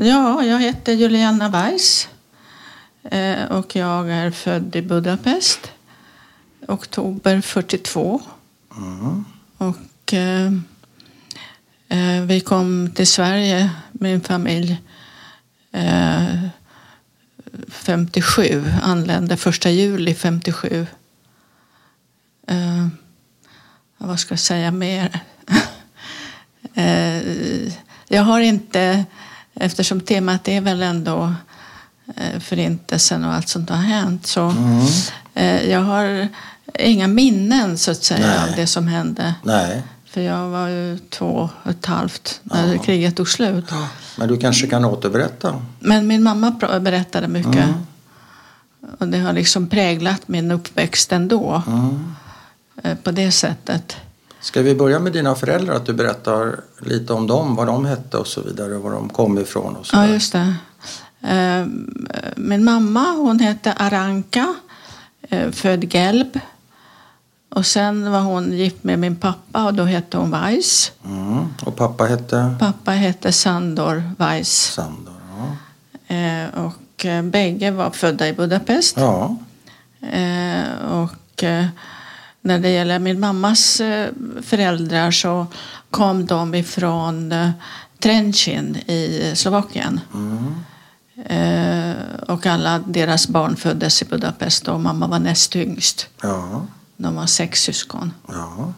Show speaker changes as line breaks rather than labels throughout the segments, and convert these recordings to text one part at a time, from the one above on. Ja, jag heter Juliana Weiss eh, och jag är född i Budapest, oktober 42. Och eh, eh, vi kom till Sverige, min familj, eh, 57, anlände första juli 57. Eh, vad ska jag säga mer? eh, jag har inte, eftersom temat är väl ändå eh, förintelsen och allt som har hänt, så eh, jag har inga minnen så att säga
Nej.
av det som hände.
Nej.
För jag var ju två och ett halvt när kriget tog slut.
Men du kanske kan återberätta?
Men min mamma pra- berättade mycket. Och det har liksom präglat min uppväxt ändå. eh, På det sättet.
Mm. Ska vi börja med dina föräldrar? Att du berättar lite om dem, vad de hette och så vidare, var de kom ifrån och så
Ja,
där.
just det. Eh, Min mamma hon hette Aranka, eh, född Gelb. Och sen var hon gift med min pappa och då hette hon Weiss.
mm. Och pappa hette?
Pappa hette Sandor Weiss.
Sandor. Ja.
Eh, Och eh, bägge var födda i Budapest.
ja.
Eh, och eh, när det gäller min mammas eh, föräldrar så kom de ifrån eh, Trenčín i Slovakien.
Mm.
Eh, och alla deras barn föddes i Budapest och mamma var näst yngst.
Ja.
De var sex syskon.
Ja.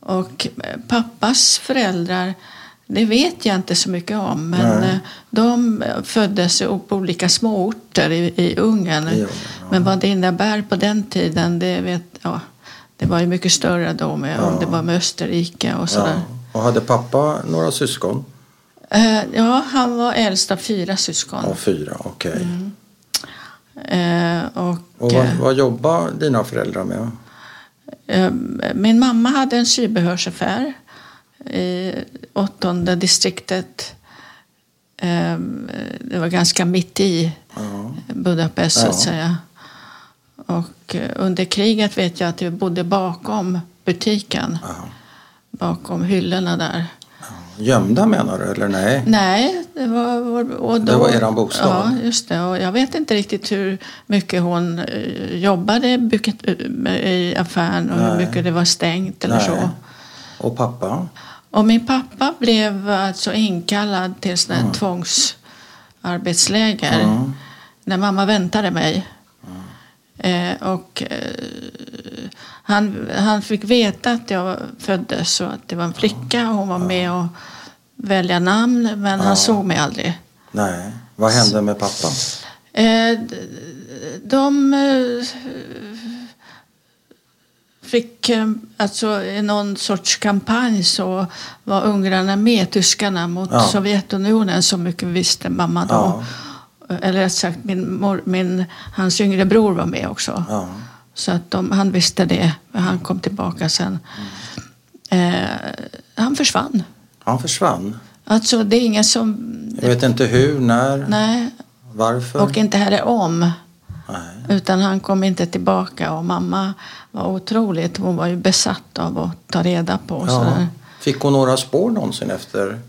Och eh, pappas föräldrar, det vet jag inte så mycket om, men
Nej.
eh, de eh, föddes i- på olika småorter i, i Ungern.
I Ungern,
Men vad det innebär på den tiden, det vet ja, Det var ju mycket större då, med, om det var med Österrike och sådär.
ja. Och hade pappa några syskon?
Eh, ja, han var äldst av fyra syskon.
Ja, fyra. Okej.
Mm. Eh, och,
Och vad, vad jobbar dina föräldrar med?
eh, min mamma hade en sybehörsaffär i åttonde distriktet. Eh, det var ganska mitt i
Ja.
Budapest så att
Ja.
säga. Och eh, under kriget vet jag att vi bodde bakom butiken,
Ja.
bakom hyllorna där.
Gömda menar du, eller nej?
Nej, det var vår... Och då,
Det var eran bostad.
Ja, just det. Och jag vet inte riktigt hur mycket hon eh, jobbade i buket- eh, i affären och hur
Nej.
mycket det var stängt eller
nej.
så.
Och pappa?
Och min pappa blev alltså inkallad till sån här tvångsarbetsläger
Mm.
när mamma väntade mig. Eh, och eh, han, han fick veta att jag föddes och att det var en flicka och hon var med och välja namn men han såg mig aldrig.
Nej. Vad hände med pappa?
Eh, d- de eh, fick eh, alltså i någon sorts kampanj så var ungrarna med, tyskarna, mot
Ja.
Sovjetunionen. Så mycket visste mamma då. Eller rätt sagt, min mor, min, hans yngre bror var med också.
Ja.
Så att de, han visste det, men han kom tillbaka sen.
Mm.
Eh, han försvann.
Han försvann.
Alltså det är ingen som...
Jag vet inte hur, när,
Nej,
varför.
och inte heller om.
Nej.
Utan han kom inte tillbaka och mamma var otroligt, hon var ju besatt av att ta reda på. och
Ja.
sådär.
Fick hon några spår någonsin efter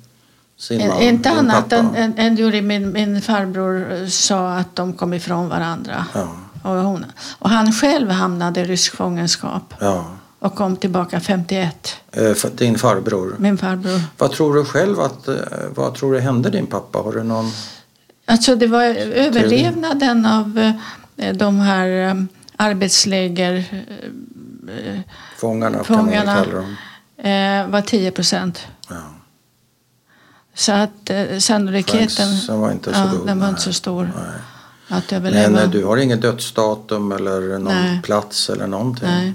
sin man?
Eh, inte
din
annat
pappa?
än, eh, än, än gjorde min, min farbror eh, sa att de kom ifrån varandra.
Ja.
Och, hon, och han själv hamnade i rysk fångenskap
Ja.
och kom tillbaka 51,
Eh, för- Din farbror.
min farbror.
Vad tror du själv att, eh, vad tror du hände din pappa? Har du någon...
Alltså det var överlevnaden av eh, de här eh, arbetsläger, eh,
Fångarna, kan man
Fångarna.
väl kalla dem.
eh, var 10 procent.
Ja.
Så att eh, sannolikheten
Chansen var inte så
ja,
god,
den var
nej.
inte så stor
Nej.
att överleva.
Men eh, du har inget dödsdatum eller någon
Nej.
plats eller någonting?
Nej.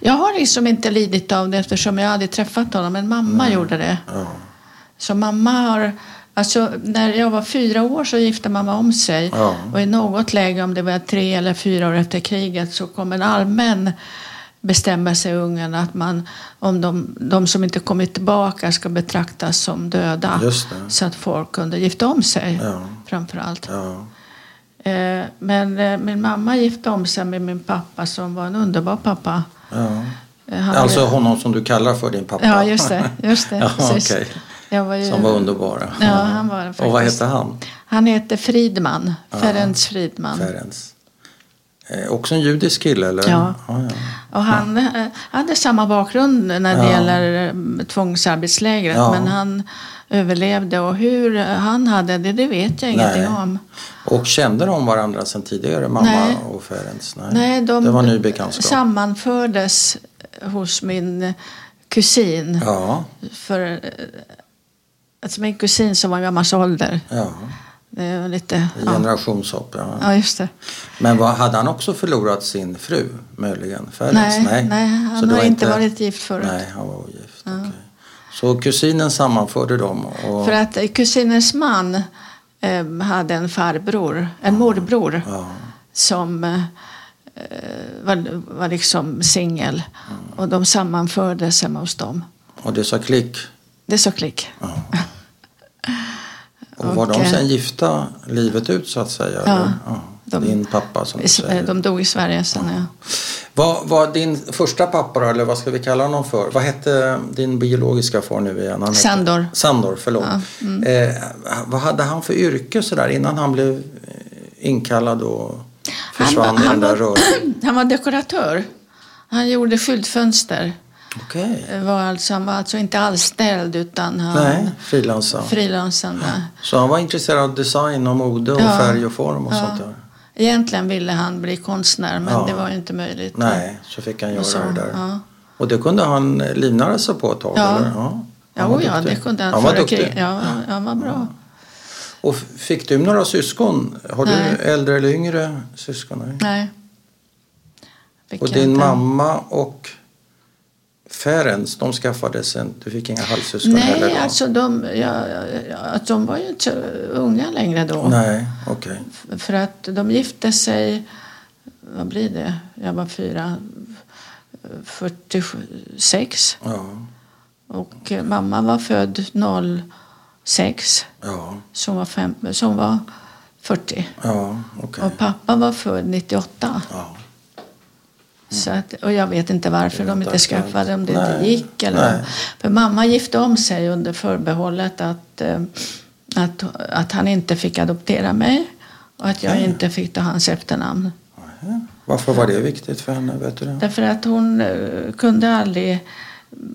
Jag har liksom inte lidit av det eftersom jag aldrig träffat honom, men mamma gjorde det.
Ja.
Så mamma har... Alltså, när jag var fyra år så gifte mamma om sig.
Ja.
Och i något läge, om det var tre eller fyra år efter kriget, så kom en allmän bestämmelse i Ungern att man, om de, de som inte kommit tillbaka ska betraktas som döda.
Just det.
Så att folk kunde gifta om sig,
Ja.
framför allt.
Ja.
Eh, Men eh, min mamma gifte om sig med min pappa som var en underbar pappa.
Ja.
Eh, han-
Alltså honom som du kallar för din pappa?
Ja, just det. Just det
Alltså- ja,
precis.
okej.
Jag var ju-
som var underbara.
Ja, han var det
Och vad
faktiskt.
hette han?
Han heter Fridman, Ferenc Fridman.
Ferenc. Eh, också en judisk kille eller?
Ja.
ja, ja.
Och han eh, hade samma bakgrund när det
Ja.
gäller eh, tvångsarbetslägret
Ja.
men han överlevde och hur han hade det, det vet jag ingenting
Nej.
om.
Och kände de varandra sedan tidigare, mamma
Nej.
och Ferenc? Nej.
Nej, de
det var ny bekantskap.
sammanfördes hos min kusin.
Ja,
För, eh, alltså min kusin som var gammal ålder.
ja.
Det var lite, ja.
generationshopp. Ja.
ja, just det.
Men vad, hade han också förlorat sin fru möjligen? Ferenc?
Nej, nej, han
det
har
var
inte varit gift förut.
Nej, han var ogift. okej. Så kusinen sammanförde dem? Och,
För att eh, kusinens man eh, hade en farbror, en morbror
ja,
som eh, var, var liksom singel.
Mm.
Och de sammanfördes hemma hos dem.
och det sa klick?
Det så klick.
Och var de
Och, eh,
sen gifta livet ut så att säga?
Ja,
eller?
de-
Din pappa som
I
du
Sve-
säger.
De dog i Sverige sen. Ja.
Vad var din första pappa då, eller vad ska vi kalla honom för? Vad hette din biologiska far nu igen? Han hette-
Sandor. mm.
Sandor, förlåt. Eh, vad hade han för yrke sådär innan han blev eh, inkallad och försvann
var-
i den
han,
där
var,
rörelsen?
han var dekoratör. Han gjorde skyltfönster.
Okej.
Eh, Var alltså, han var alltså inte anställd utan han
Nej, frilansade.
frilansande.
Så han var intresserad av design och mode och
Ja.
färg och form och
Ja.
sånt där?
Egentligen ville han bli konstnär men
Ja.
det var ju inte möjligt.
Nej, så fick han göra
Och så,
det där.
ja.
Och det kunde han eh, livnära sig på ett tag?
Ja.
Eller? ja.
Ja,
Han var
oj, ja,
duktig.
det kunde han.
han var
före
duktig. Mm.
krig. Ja, han var bra.
Och f- fick du några syskon? Har
Nej.
du äldre eller yngre syskon? Nej.
Nej. Fick
Och
jag
din
inte.
mamma och Ferenc, de skaffades en, du fick inga halvsyskon heller?
Nej,
då?
alltså de, ja, ja, de var ju inte så unga längre då.
Nej, okej.
F- För att de gifte sig, vad blir det, jag var fyra, 46
Ja,
och eh, mamma var född 06
ja,
som var, fem, som var 40
ja, okej.
och pappa var född 98.
Ja.
Så att, och jag vet inte varför
Det är
de
inte
inte skaffade, om det inte
Nej.
gick. Eller
Nej.
För mamma gifte om sig under förbehållet att, eh, att, att han inte fick adoptera mig och att jag
Okej.
inte fick ta hans efternamn.
Nähä. Varför var det viktigt för henne? Vet du det?
Därför att hon eh, kunde aldrig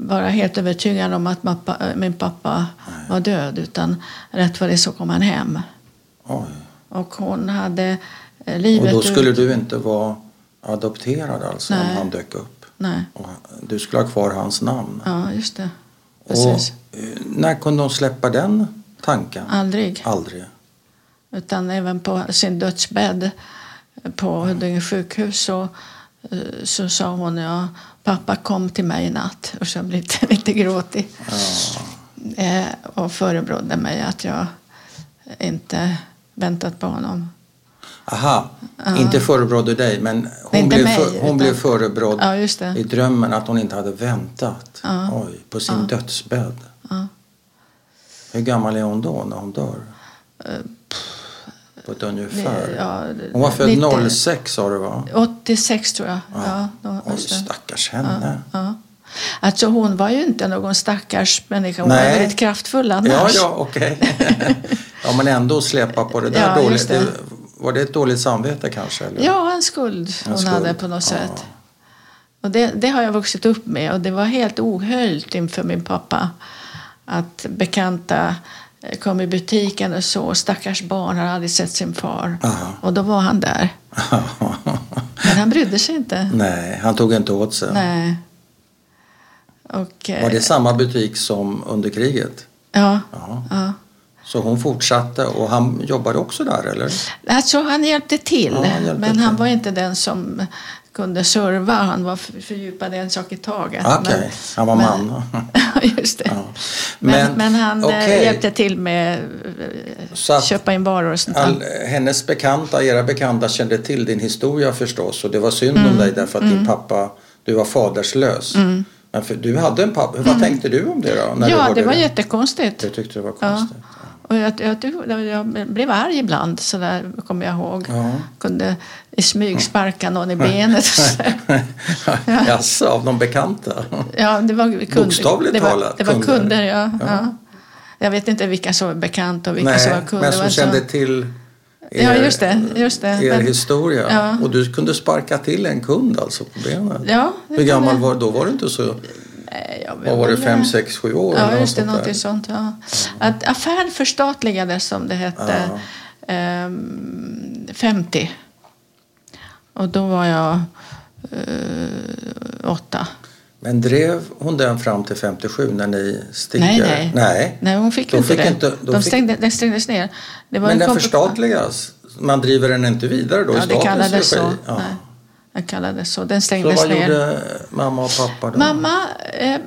vara helt övertygad om att mappa, eh, min pappa var död utan rätt vad det är så kom han hem.
Oj.
Och hon hade eh,
Och
livet
då skulle
ut.
du inte vara adopterad alltså om
Nej.
han dök upp?
Nej,
Och du skulle ha kvar hans namn?
ja just det.
och,
Precis.
eh, när kunde de släppa den tanken?
Aldrig.
Aldrig.
utan även på sin dödsbädd på
Mm.
Huddinge sjukhus så, eh, så sa hon ja, pappa kom till mig i natt och så blev det lite gråtig eh, och förebrådde mig att jag inte väntat på honom.
Aha, inte förebrådde dig men hon,
inte
blev,
mig,
för, hon
utan-
blev förebrådd
Ja, just det.
i drömmen att hon inte hade väntat.
Ja.
Oj, på sin dödsbädd. Hur gammal är hon då när hon dör? på ett ungefär.
Eh, Ja,
hon var född
90
06 sa du va?
86 tror jag. Ja, då-
Oj,
just det.
stackars henne.
ja. Alltså hon var ju inte någon stackars människa. Hon
Nej.
var väldigt kraftfull annars.
Ja, ja, okej. ja, men ändå släpa på det där
Ja,
dåligt.
just det.
Det- Var det ett dåligt samvete kanske? Eller?
Ja, en skuld hon
skuld,
hade på något
ja.
sätt. Och det, det har jag vuxit upp med och det var helt ohöljt inför min pappa att bekanta eh, kom i butiken och så, stackars barn har aldrig sett sin far.
Aha.
Och då var han där. Men han brydde sig inte.
Nej, han tog inte åt sig.
Nej. Och, eh,
Var det samma butik som under kriget?
Ja.
Ja.
ja.
Så hon fortsatte och han jobbade också där eller?
Alltså han hjälpte till,
Ja, han hjälpte
men han
till.
var inte den som kunde serva. Han var f- fördjupad i en sak i taget.
Ah, Okej,
Men-
han var
men-
man.
Just det.
Ja.
Men, men, han eh,
okej,
hjälpte till med eh,
Så att
köpa in varor och sånt där.
all, hennes bekanta, era bekanta kände till din historia förstås och det var synd
Mm.
om dig därför att din pappa, du var faderslös. Men för, du hade en pappa, vad tänkte du om det då? När du
Mm. Ja,
hörde
det var jättekonstigt.
Du tyckte det var
Ja.
konstigt?
Och jag, jag, jag, jag blev arg ibland, så där kommer jag ihåg.
Ja. Mm.
Kunde i smyg sparka någon i benet.
Ja. Jaså, av de bekanta?
ja, det var kunder.
Bokstavligt
det var,
talat,
Det var
kunder.
kunder, ja. ja. Jag vet inte vilka som var bekanta och vilka
Nej,
som var kunder.
men som
Alltså,
kände till er,
Ja, just det, just det.
er
Men-
historia.
Ja.
Och du kunde sparka till en kund alltså på benen.
Ja, det
Hur gammal
kunde
var Då var du inte så...
Nej, jag vet
Vad var du?
inte.
fem sex sju år?
Ja,
eller
just det,
något sånt
någonting sånt. Ja. Att affären förstatligades som det hette ehm, 50. Och då var jag eh, åtta.
där. Men drev hon den fram till 57 när ni stickade?
Nej, nej.
nej.
Nej, hon fick
De
inte
fick
det.
inte- de
de
fick-
stängde, den stängdes ner. Det var
Men
en
den
kompet-
förstatligas? Man driver den inte vidare då i
Ja, det
statens
kallades
regi?
så.
Ja.
Nej, den kallades så. Den
Så
stängdes
vad
ner.
gjorde mamma och pappa då?
Mamma, eh, eh,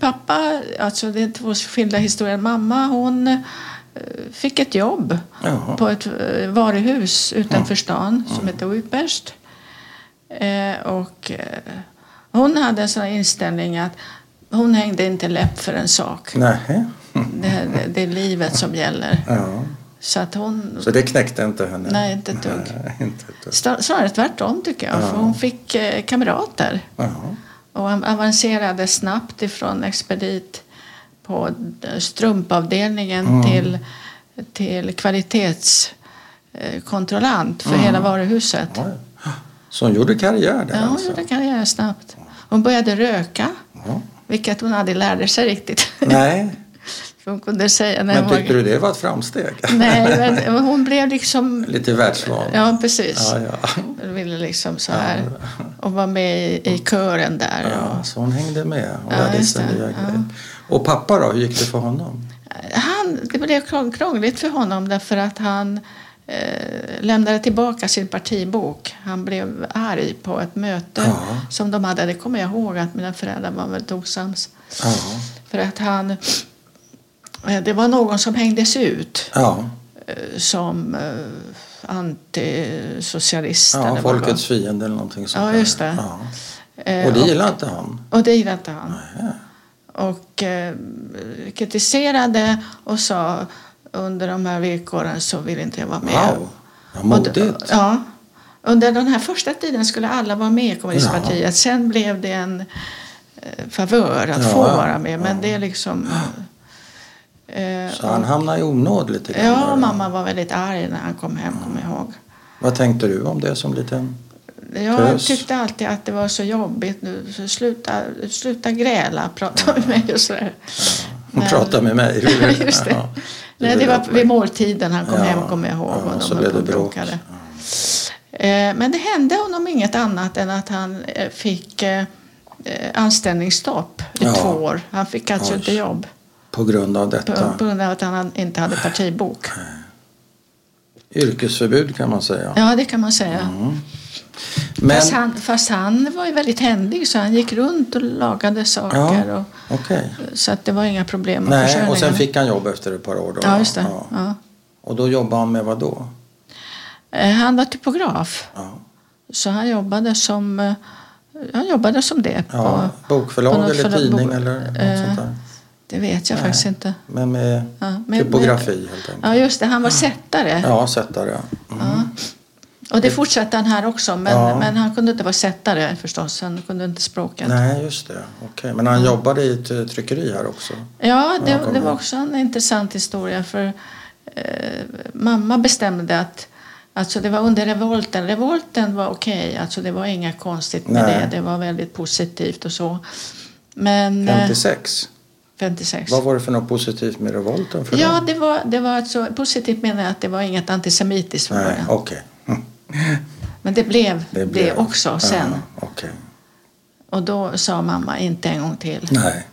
pappa, alltså det är två skilda historier. Mamma hon eh, fick ett jobb
Jaha.
på ett eh, varuhus utanför stan som hette Wipperst. Eh, och eh, hon hade en sån här inställning att hon hängde inte läpp för en sak.
Nej.
Det, det, det är livet som gäller.
Mm. Ja.
Så att hon
Så det knäckte inte henne?
Nej, inte ett dugg.
Nej, inte ett dugg.
Snar- Snarare tvärtom tycker jag. För hon fick eh, kamrater.
Jaha.
Och han avancerade snabbt ifrån expedit på strumpavdelningen till, till kvalitetskontrollant för hela varuhuset.
Oj. Så hon gjorde karriär där
Ja, hon
alltså?
gjorde karriär snabbt. Hon började röka,
Ja.
vilket hon aldrig lärde sig riktigt.
Nej,
För hon kunde säga när
men
hon var-
tyckte du det var ett framsteg?
Nej, men hon blev liksom...
Lite världsvan?
Ja, precis.
Ja, ja.
Hon ville liksom så här. Och var med i, i kören där. Och,
Ja, så hon hängde med och
Ja,
lärde
just
sig
det.
nya
Ja.
grejer. Och pappa då, hur gick det för honom?
Han, det blev krång- krångligt för honom därför att han eh, lämnade tillbaka sin partibok. Han blev arg på ett möte
Ja.
som de hade. Det kommer jag ihåg att mina föräldrar var väldigt osams.
Ja,
För att han... eh, Det var någon som hängdes ut
ja.
eh, som eh, antisocialist. eller
ja
vad det var.
folkets fiende eller någonting sånt
Ja,
där.
just det.
Ja.
Eh,
Och det gillade inte han?
och det gillade inte han. Och eh, kritiserade och sa under de här villkoren så vill inte jag vara med.
Wow, vad
Och d-
modigt.
Ja. Under den här första tiden skulle alla vara med i kommunistpartiet. Sen blev det en eh, favör att
Ja,
få
ja.
vara med. Men det är liksom... Eh,
Så han hamnade i onåd lite grann? där
ja,
då.
mamma var väldigt arg när han kom hem, kommer jag ihåg.
Vad tänkte du om det som liten?
Jag
Tös.
tyckte alltid att det var så jobbigt. Nu, så sluta, sluta gräla, prata med mig och sådär.
Hon
Men-
pratade med mig.
Ja, Just det.
Ja,
Nej, det
ville
var
upp mig.
vid måltiden han kom
Ja.
hem, kommer jag ihåg.
Ja,
och de
så
höll
blev
på och
det bråk.
bråkade. Eh, Men det hände honom inget annat än att han eh, fick eh, eh, anställningsstopp i
Ja.
två år. Han fick alltså
Oj.
inte jobb
På grund av
på,
detta.
på grund av att han inte hade partibok.
Yrkesförbud kan man säga.
Ja, det kan man säga.
Mm. Men,
Fast, han, fast han var ju väldigt händig så han gick runt och lagade saker.
ja,
Och,
okej.
så att det var inga problem med
Nej, och sen
försörjningen.
fick han jobb efter ett par år då.
Ja, just det. Ja.
Och då jobbade han med vad då?
Eh, Han var typograf.
Ja.
Så han jobbade som, eh, han jobbade som det. På,
Ja, bokförlag
på något
eller
förlag-
tidning
bo-
eller något
eh,
sånt där?
Det vet jag faktiskt inte.
Men med
Ja, men-
typografi helt enkelt?
Ja, just det. Han var sättare.
Ja, sättare. Mm.
Och det fortsatte han här också. Men,
Ja.
men han kunde inte vara sättare förstås. Han kunde inte språket.
Nej, just det. Okej. Men han jobbade i ett eh, tryckeri här också?
Ja, det,
Ja, kom
det var
igen.
också en intressant historia. För eh, Mamma bestämde att Alltså det var under revolten. Revolten var okej, alltså det var inget konstigt med
Nej.
det. Det var väldigt positivt och så. Men... eh,
56?
56.
Vad var det för något positivt med revolten för
Ja,
dem?
det var, det var alltså, positivt menar jag att det var inget antisemitiskt från
Nej,
början.
okej. Hm,
Men det blev det,
blev-
också sen.
Ja, okej.
Och då sa mamma inte en gång till.
Nej.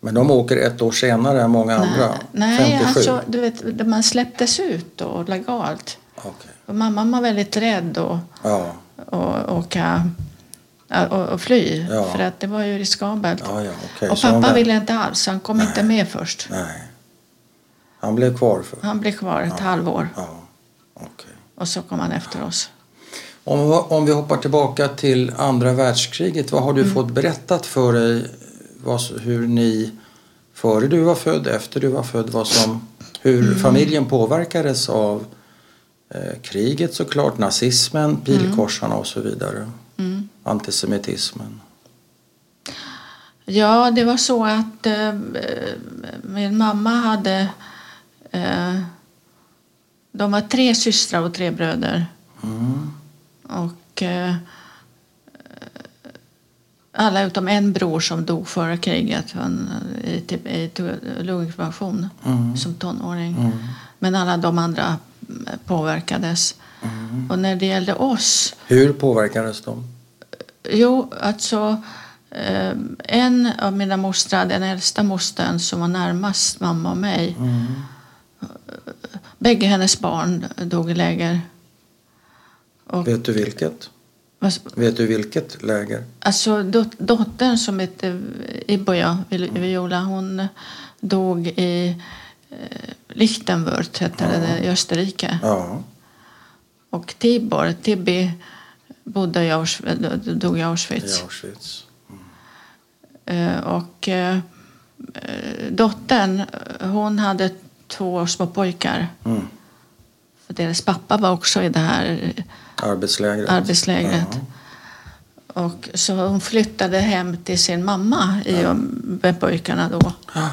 Men de åker ett år senare än många andra?
Nej,
57?
alltså du vet, man släpptes ut då legalt.
Okej.
Och mamman var väldigt rädd att
Ja,
att åka eh, och, och fly.
Ja.
För att det var ju riskabelt.
Ja, ja, okej.
Och
Så hon
pappa
vänt-
ville inte alls, han kom inte med först.
nej. Han blev kvar för...
Han blev kvar ett halvår
Ja, okej.
och så kom han efter oss.
Om, om vi hoppar tillbaka till andra världskriget, vad har du
Mm.
fått berättat för dig vad, hur ni före du var född, efter du var född, vad som, hur
Mm.
familjen påverkades av eh, kriget såklart,
Mm.
nazismen, pilkorsarna och så vidare. Antisemitismen.
Ja, det var så att eh, min mamma hade... Eh, de var tre systrar och tre bröder.
Mm.
Och eh, alla utom en bror som dog före kriget. Han i, typ, i tu- lunginflammation
Mm.
som tonåring.
Mm.
Men alla de andra eh, påverkades.
Mm.
Och när det gällde oss
Hur påverkades de?
Jo, alltså eh, en av mina mostrar, den äldsta mostern som var närmast mamma och mig.
Mm.
Bägge hennes barn dog i läger. Och,
Vet du vilket?
vad-
Vet du vilket läger?
alltså dot- dottern som hette Iboja, Vi- Viola, hon dog i eh, Lichtenwurz, hette det, i Österrike.
Ja.
Och Tibor, Tibi, bodde i Auschwitz, dog i
I
Auschwitz.
Auschwitz.
Eh, Och eh, eh, dottern, eh, hon hade två små pojkar.
Mm.
För Deras pappa var också i det här eh,
Arbetslägret.
arbetslägret.
Ja.
Och så hon flyttade hem till sin mamma i och med pojkarna då.
Ja.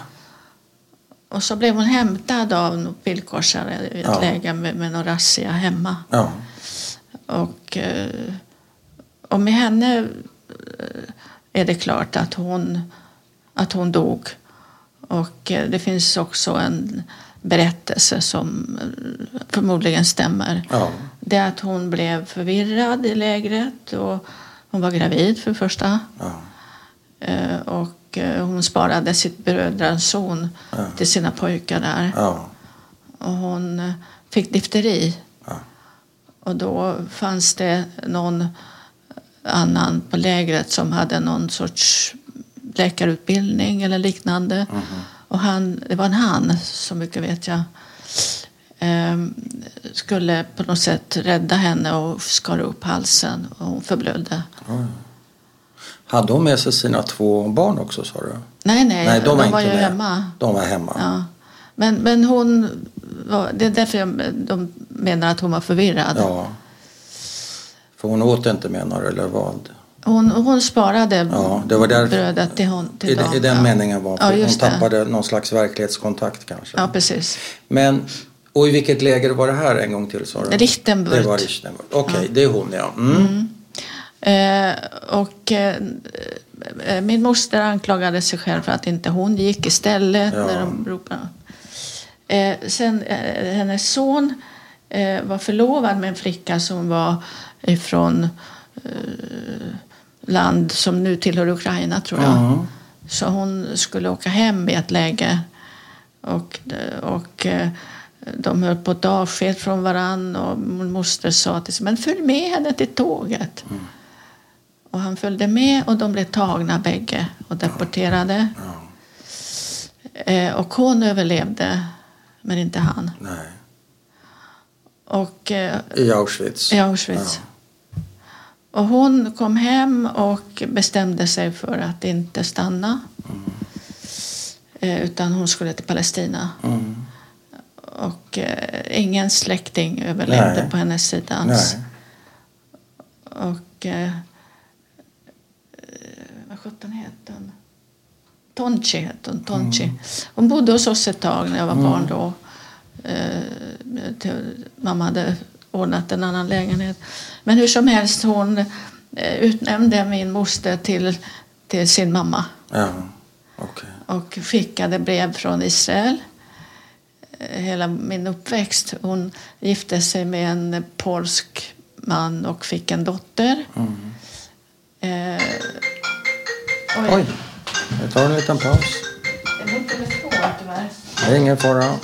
Och så blev hon hämtad av en bilkorsare i ett
Ja.
läge med, med någon razzia hemma.
Ja.
Och, eh, och med henne eh, är det klart att hon, att hon dog. Och eh, det finns också en berättelse som eh, förmodligen stämmer.
Ja.
Det är att hon blev förvirrad i lägret och hon var gravid för det första.
Ja.
Eh, Och eh, hon sparade sitt brödrason
Ja.
till sina pojkar där.
Ja.
Och hon eh, fick difteri.
Ja.
Och då fanns det någon eh, annan på lägret som hade någon sorts läkarutbildning eller liknande.
Mhm.
Och han, det var en han, så mycket vet jag, ehm, skulle på något sätt rädda henne och skar upp halsen och hon förblödde.
Hade hon med sig sina två barn också sa du?
Nej, nej,
Nej, de var inte
Eh, ju
med.
hemma.
De var hemma.
Ja. Men, men hon, var, det är därför jag, de menar att hon var förvirrad.
Ja. För hon åt inte menar du, eller vad?
Hon, hon sparade
Ja, det var där-
brödet till, hon, till
I, de-
dem.
I den
ja.
meningen var
ja,
för hon
just det.
tappade någon slags verklighetskontakt kanske.
Ja, precis.
Men, och i vilket läger var det här en gång till sa du?
Lichtenburg.
Det var Richtenburg. Okej, det är hon ja. Mm.
Eh, och, eh, eh, min moster anklagade sig själv för att inte hon gick istället.
Ja.
När de ropade. Eh, sen, eh, hennes son eh, var förlovad med en flicka som var ifrån eh, land som nu tillhör Ukraina, tror jag.
Mhm.
Så hon skulle åka hem i ett läge. Och, och eh, de höll på att ta avsked från varann och min moster sa till sig, men följ med henne till tåget. Och han följde med och de blev tagna bägge och deporterade. Eh, Och hon överlevde, men inte han.
Nej.
Och eh,
I Auschwitz.
i Auschwitz. Och hon kom hem och bestämde sig för att inte stanna. Eh, Utan hon skulle till Palestina.
Mm.
Och eh, ingen släkting överlevde
Nej.
på hennes sida alls.
Nej.
Och... Eh, eh, vad sjutton hette hon? Tonchi hette hon. Tonchi. Hon bodde hos oss ett tag när jag var barn då. Eh, till, mamma hade ordnat en annan lägenhet. Men hur som helst, hon eh, utnämnde min moster till, till sin mamma
Ja. Okej.
och skickade brev från Israel eh, hela min uppväxt. Hon gifte sig med en polsk man och fick en dotter. Eh, oj,
Oj, jag tar en liten paus.
det var inte telefon tyvärr.
Det är ingen fara.
Eh,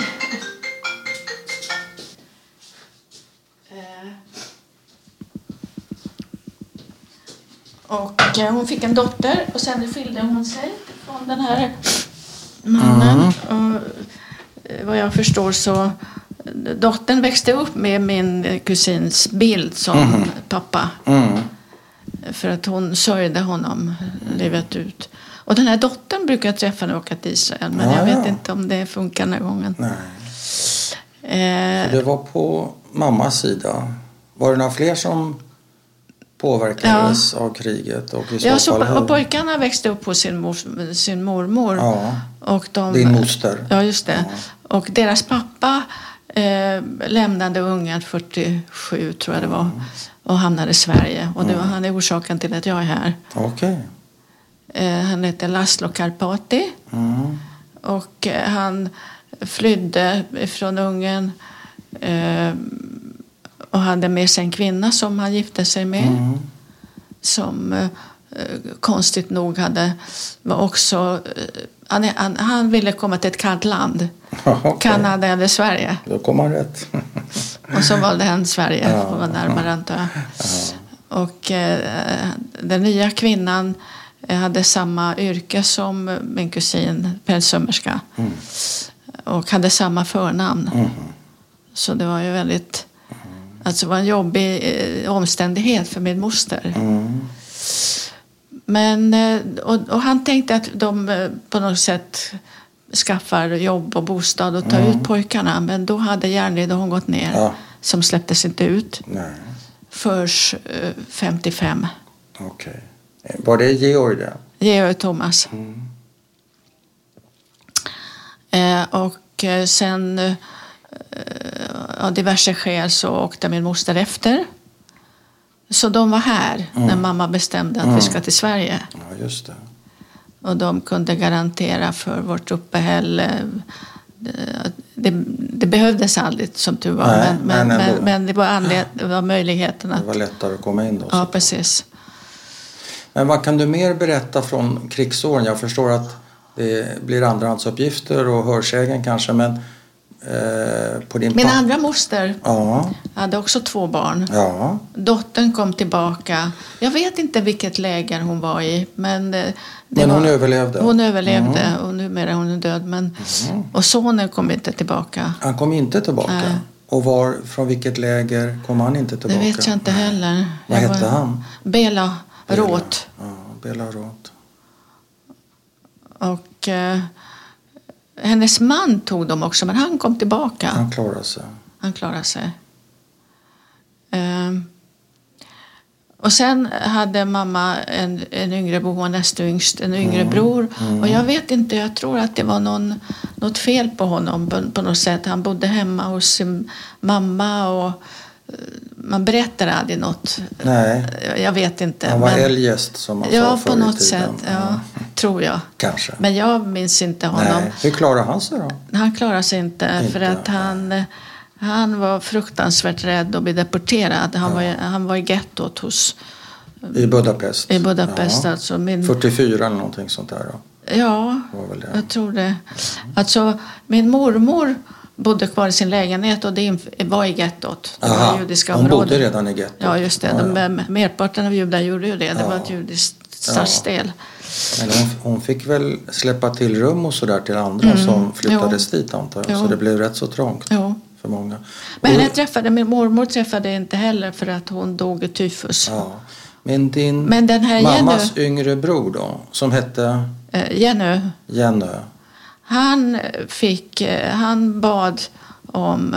och eh, hon fick en dotter och sen skilde hon sig från den här mannen. Och, eh, vad jag förstår så eh, dottern växte upp med min eh, kusins bild som
Mhm.
pappa.
Mm.
För att hon sörjde honom livet ut. Och den här dottern brukar jag träffa när jag åker till Israel. Men
Ja,
jag vet
ja.
inte om det funkar den här gången.
Nej.
Eh,
Det var på mammas sida. Var det några fler som påverkades av kriget. Och i så
Ja, så
fall
po-
hur?
och pojkarna växte upp hos sin, mor, sin mormor.
Ja.
Och de,
Din moster.
Ja, just det. Och deras pappa eh, lämnade Ungern 47, tror jag det var, och hamnade i Sverige. Och det var, han är orsaken till att jag är här.
Okej.
Eh, han heter Laszlo Karpati.
Mm.
Och eh, han flydde från Ungern eh, och hade med sig en kvinna som han gifte sig med. Som eh, konstigt nog hade var också... Eh, han, är- han, han ville komma till ett kallt land.
Okej.
Kanada eller Sverige.
Då kom han rätt.
Och så valde han Sverige,
Ja.
för att vara närmare antar jag. Och eh, den nya kvinnan eh, hade samma yrke som eh, min kusin, pälssömmerska.
Mm.
Och hade samma förnamn. Så det var ju väldigt... Alltså det var en jobbig eh, omständighet för min moster.
Mm.
Men, eh, och, och han tänkte att de eh, på något sätt skaffar jobb och bostad och tar ut pojkarna. Men då hade järnridån gått ner,
Mm. Ja.
som släpptes inte ut
Nej,
förs eh, 55.
okej. Var det Georg det?
Georg och Thomas.
Mm.
Eh, och eh, sen eh, av diverse skäl så åkte min moster efter. Så de var här när mamma bestämde att vi ska till Sverige.
Ja, just det.
Och de kunde garantera för vårt uppehälle. Det, det, det behövdes aldrig som tur var.
Nej,
men, men,
men
men,
ändå.
men det var, anled- det var möjligheten
Det var
att...
lättare att komma in då.
Ja, precis.
Men vad kan du mer berätta från krigsåren? Jag förstår att det blir andrahandsuppgifter och hörsägen kanske, men eh, på din
Min
pappa-
andra moster
Ja,
hade också två barn.
ja.
Dottern kom tillbaka. Jag vet inte vilket läger hon var i. Men, eh, det
Men hon
var,
överlevde. Mm.
Hon överlevde och numera är hon död. Men, Och sonen kom inte tillbaka.
Han kom inte tillbaka.
Nej.
Och var, från vilket läger kom han inte
Det
tillbaka?
vet jag inte heller.
Vad
jag
hette han?
Bela
Bela.
Roth.
Ja, Bela Roth.
Och eh, hennes man tog dem också, men han kom tillbaka.
Han klarade sig.
Han klarade sig. Eh, och sen hade mamma en, en yngre bror, och näst yngst, en yngre
Mm.
bror. Och jag vet inte, jag tror att det var någon, något fel på honom på, på något sätt. Han bodde hemma hos sin mamma och eh, man berättar aldrig något.
Nej,
Jag- Jag vet inte.
han var
men-
eljest som man
Ja,
sa förr
på
i
något sätt.
tiden.
Ja, tror jag.
Kanske.
Men jag minns inte honom.
Nej. Hur klarade han sig då?
Han klarade sig inte,
Inte,
för att han, han var fruktansvärt rädd att bli deporterad. Han, var, i- han var i gettot hos,
I Budapest?
i Budapest.
Ja.
Alltså min,
44 eller någonting sånt där då.
ja,
Var väl det.
jag tror det. Alltså, min mormor bodde kvar i sin lägenhet och det inf- var i gettot. Det
Aha,
var judiska
hon
områden.
bodde redan i gettot.
Ja, just det.
Ja,
De, Merparten av judar gjorde ju det. Det var ett judiskt stadsdel.
Men hon, hon fick väl släppa till rum och sådär till andra som flyttades dit antar jag. Så
Mm. Jo.
det blev rätt så trångt
Jo.
för många.
Men
Och-
jag träffade, min mormor träffade jag inte heller för att hon dog i tyfus.
ja. Men din
Men den här
mammas yngre bror då, som hette
Eh, Jenny,
Jenny.
Han fick, eh, han bad om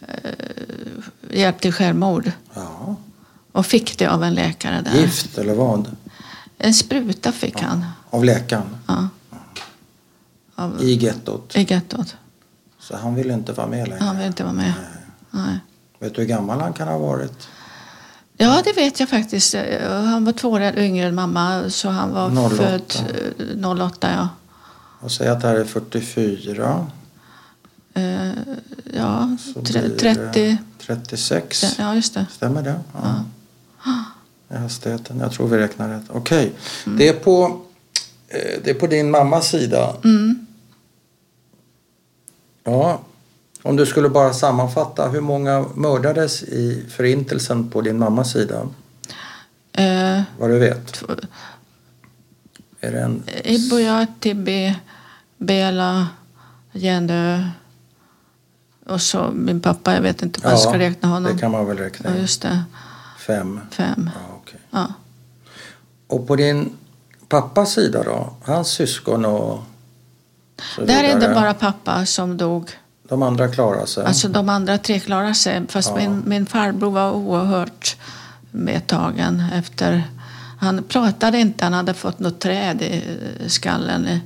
eh, hjälp till självmord
Ja.
och fick det av en läkare där.
Gift eller vad?
En spruta fick han
Av läkaren?
Ja. Av-
I gettot.
i gettot.
Så han ville inte vara med längre.
Han ville inte vara med. Nej.
Vet du hur gammal han kan ha varit?
Ja, det vet jag faktiskt. Eh, Han var två år yngre än mamma så han var
08.
född eh, 08. Ja.
Och säg att det här är 44.
Eh, Ja,
Så
tre-
blir det
30.
36.
Ja, just det.
Stämmer det? Ja. I hastigheten. Jag tror vi räknar rätt. Okej.
Mm.
Det, är på, eh, det är på din mammas sida.
Mm.
Ja. Om du skulle bara sammanfatta. Hur många mördades i förintelsen på din mammas sida?
Eh,
Vad du vet.
tv-
Är det en...
Iboja, Tibi, Bela, Jenny och så min pappa. Jag vet inte om jag ska räkna honom.
det kan man väl räkna.
Ja,
in.
just det.
Fem.
Fem.
Ja, okej.
Ja.
Och på din pappas sida då? Hans syskon och så
Där är det
vidare.
bara Alltså, pappa som dog.
De andra klarar sig.
Alltså de andra tre klarade sig. Fast min, min farbror var oerhört med tagen efter han pratade inte, han hade fått något träd i skallen i,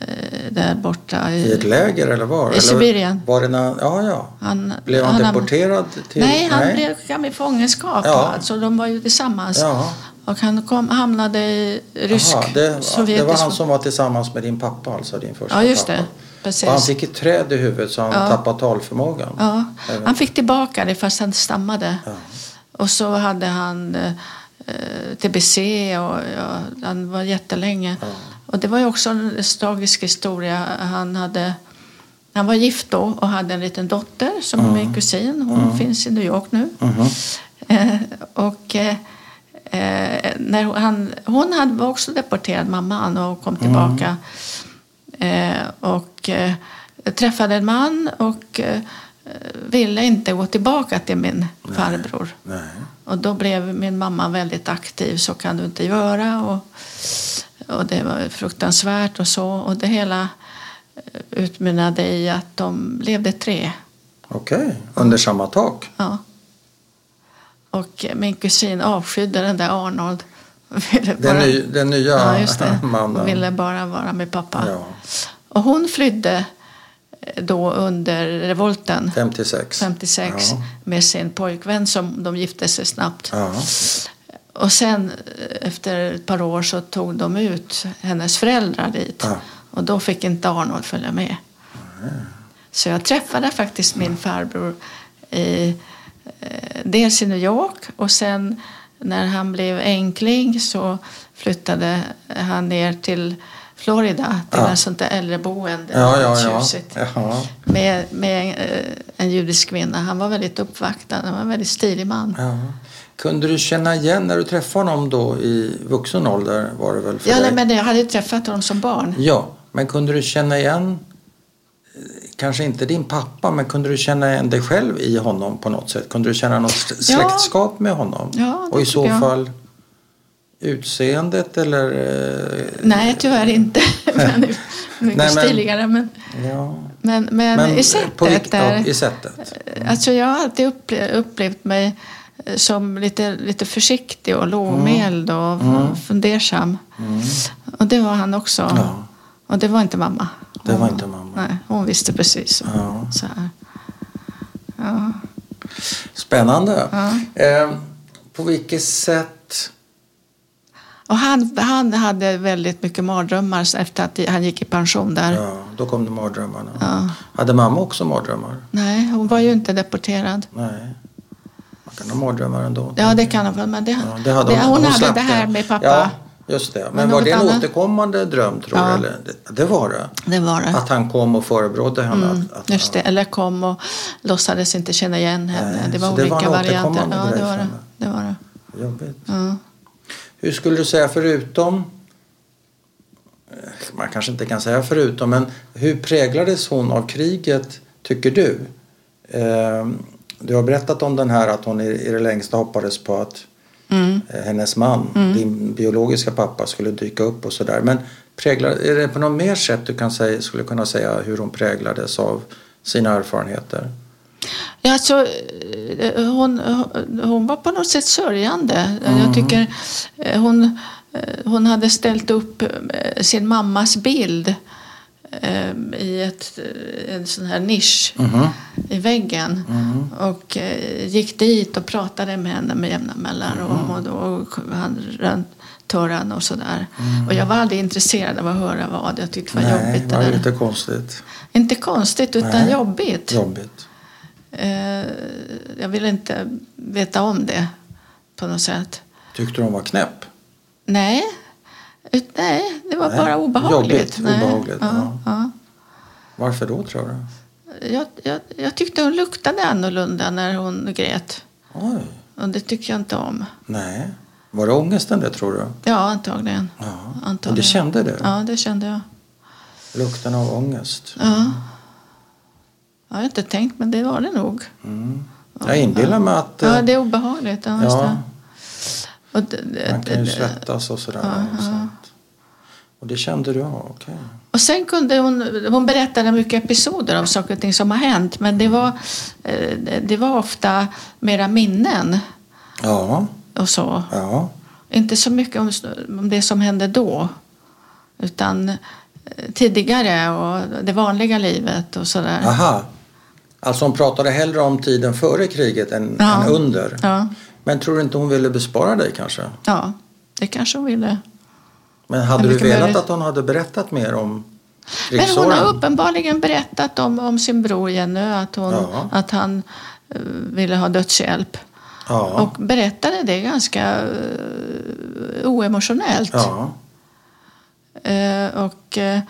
eh, där borta. i-
I ett läger eller var? eller
Sibirien.
Var det när, ja, ja.
han,
Blev han,
ham-
deporterad? Till,
Nej, han blev gav i fångenskap.
Ja.
Alltså, de var ju tillsammans.
Jaha.
Och han kom, hamnade i rysk,
Jaha, det, det
sovjetisk...
var han som var tillsammans med din pappa, alltså din första
Ja, just det.
pappa.
Precis.
Och han fick ett träd i huvudet så han tappade talförmågan.
Ja,
Även-
han fick tillbaka det fast han stammade. Och så hade han eh, TBC och ja, han var jättelänge. Och det var ju också en tragisk historia. Han, hade, han var gift då och hade en liten dotter som är min kusin. Hon finns i New York nu. Eh, och eh, eh, när han, hon hade, var också deporterad, mamman, och kom tillbaka. Eh, och eh, jag träffade en man och eh, ville inte gå tillbaka till min farbror.
Nej.
Och då blev min mamma väldigt aktiv, så kan du inte göra. Och, och det var fruktansvärt och så. Och det hela eh, utmynnade i att de levde tre.
Okej, under samma tak.
Ja. Och eh, min kusin avskydde den där Arnold. Ville
Den,
bara-
ny, den nya
ja, just det.
mannen.
Hon ville bara vara med pappa.
Ja.
Och hon flydde eh, då under revolten
56.
56
Ja.
med sin pojkvän som de gifte sig snabbt.
Ja.
Och sen eh, efter ett par år så tog de ut hennes föräldrar dit.
Ja.
Och då fick inte Arnold följa med. Så jag träffade faktiskt min farbror i, eh, dels i New York och sen när han blev enkling så flyttade han ner till Florida, till
Ja.
ett sånt där äldreboende,
Ja, ja, ja.
tjusigt,
Jaha.
med, med eh, en judisk kvinna. Han var väldigt uppvaktad, han var en väldigt stilig man.
Ja. Kunde du känna igen när du träffade honom då i vuxen ålder var det väl för
Ja,
dig?
nej, men jag hade ju träffat honom som barn.
Ja, men kunde du känna igen, eh, kanske inte din pappa, men kunde du känna igen dig själv i honom på något sätt? Kunde du känna något s-
Ja.
släktskap med honom?
Ja, det
Och i
tycker
så
jag.
fall utseendet eller... eh,
Nej, tyvärr inte. men, mycket
men-
stiligare. Men,
Ja.
men, men, i sättet.
på vilket,
där-
I sättet.
Alltså jag har alltid upple- upplevt mig eh, som lite, lite försiktig och lågmäld
Mm.
och fundersam. Och det var han också.
Ja.
Och det var inte mamma.
Det var
Hon-
inte mamma.
Nej, hon visste precis.
Ja.
Så här.
Spännande. Eh, på vilket sätt...
Och han, han hade väldigt mycket mardrömmar efter att han gick i pension där.
Ja, då kom det mardrömmarna. Hade mamma också mardrömmar?
Nej, hon var ju inte deporterad.
Nej. Man kan ha mardrömmar ändå.
Ja, det kan hon väl, men det,
Ja, det hade
det, hon, hade
slapp
det här med pappa.
Ja, just det. Men,
Men
var
något
det en
annat?
återkommande dröm tror
Ja.
du? Eller? Det, det var det.
Det var det.
Att han kom och förebrådde henne. att, att,
Mm. Just det, eller kom och låtsades inte känna igen henne.
Nej,
det var
så det
olika
var en
varianter.
återkommande
Ja, det
grej
var
för
det.
henne.
det, var det.
Jobbigt.
Ja.
Hur skulle du säga förutom eh, man kanske inte kan säga förutom, men hur präglades hon av kriget, tycker du? Ehm, Du har berättat om den här att hon i i det längsta hoppades på att
Mm.
eh, hennes man, din biologiska pappa, skulle dyka upp och sådär. Men präglar, är det på något mer sätt du kan säga, skulle kunna säga hur hon präglades av sina erfarenheter?
Ja, alltså, eh, hon, hon var på något sätt sörjande.
Mm.
Jag tycker eh, hon, eh, hon hade ställt upp eh, sin mammas bild eh, i ett, eh, en sån här nisch
Mm-hmm.
i väggen och eh, gick dit och pratade med henne med jämna mellanrum
Mm-hmm.
och då kom han runt Töran och sådär. Och jag var aldrig intresserad av att höra vad. Jag tyckte det var
Mm-hmm.
jobbigt.
Nej, det
Det
var
där.
lite konstigt.
Inte konstigt utan
Nej.
jobbigt.
Jobbigt.
Eh, jag ville inte veta om det på något sätt.
Tyckte du hon var knäpp?
Nej, ut, nej det var
Nej,
bara obehagligt.
jobbigt,
nej.
obehagligt,
Ja, ja.
Varför då tror du?
Jag, jag, jag tyckte hon luktade annorlunda när hon grät.
Oj.
Och det tycker jag inte om.
Nej. Var det ångesten det tror du?
Ja, antagligen.
Ja. Och
antagligen.
det kände du?
Ja, det kände jag.
Lukten av ångest?
Ja. Jag har inte tänkt, men det var det nog.
Mm. Jag inbillar mig att... eh,
Ja, det är obehagligt. Ja, just
ja,
det. Och det, det,
man kan ju
det-
svettas och sådär. och, sånt. och det kände du? Ja, okej.
Och sen kunde hon, hon berättade mycket episoder om saker och ting som har hänt men det var, eh, det var ofta mera minnen
Ja.
och så.
Ja.
Inte så mycket om, om det som hände då utan eh, tidigare och det vanliga livet och sådär.
Aha. Alltså hon pratade hellre om tiden före kriget än,
Ja.
än under.
Ja,
Men tror du inte hon ville bespara dig kanske?
ja, det kanske hon ville.
Men hade
Ja,
du
mycket
velat
möjligt.
att hon hade berättat mer om
Men
krigsåren?
hon har uppenbarligen berättat om, om sin bror Jenny, att, hon,
Ja.
att han eh, ville ha dödshjälp.
ja.
Och berättade det ganska eh, oemotionellt.
ja.
Eh, och, eh,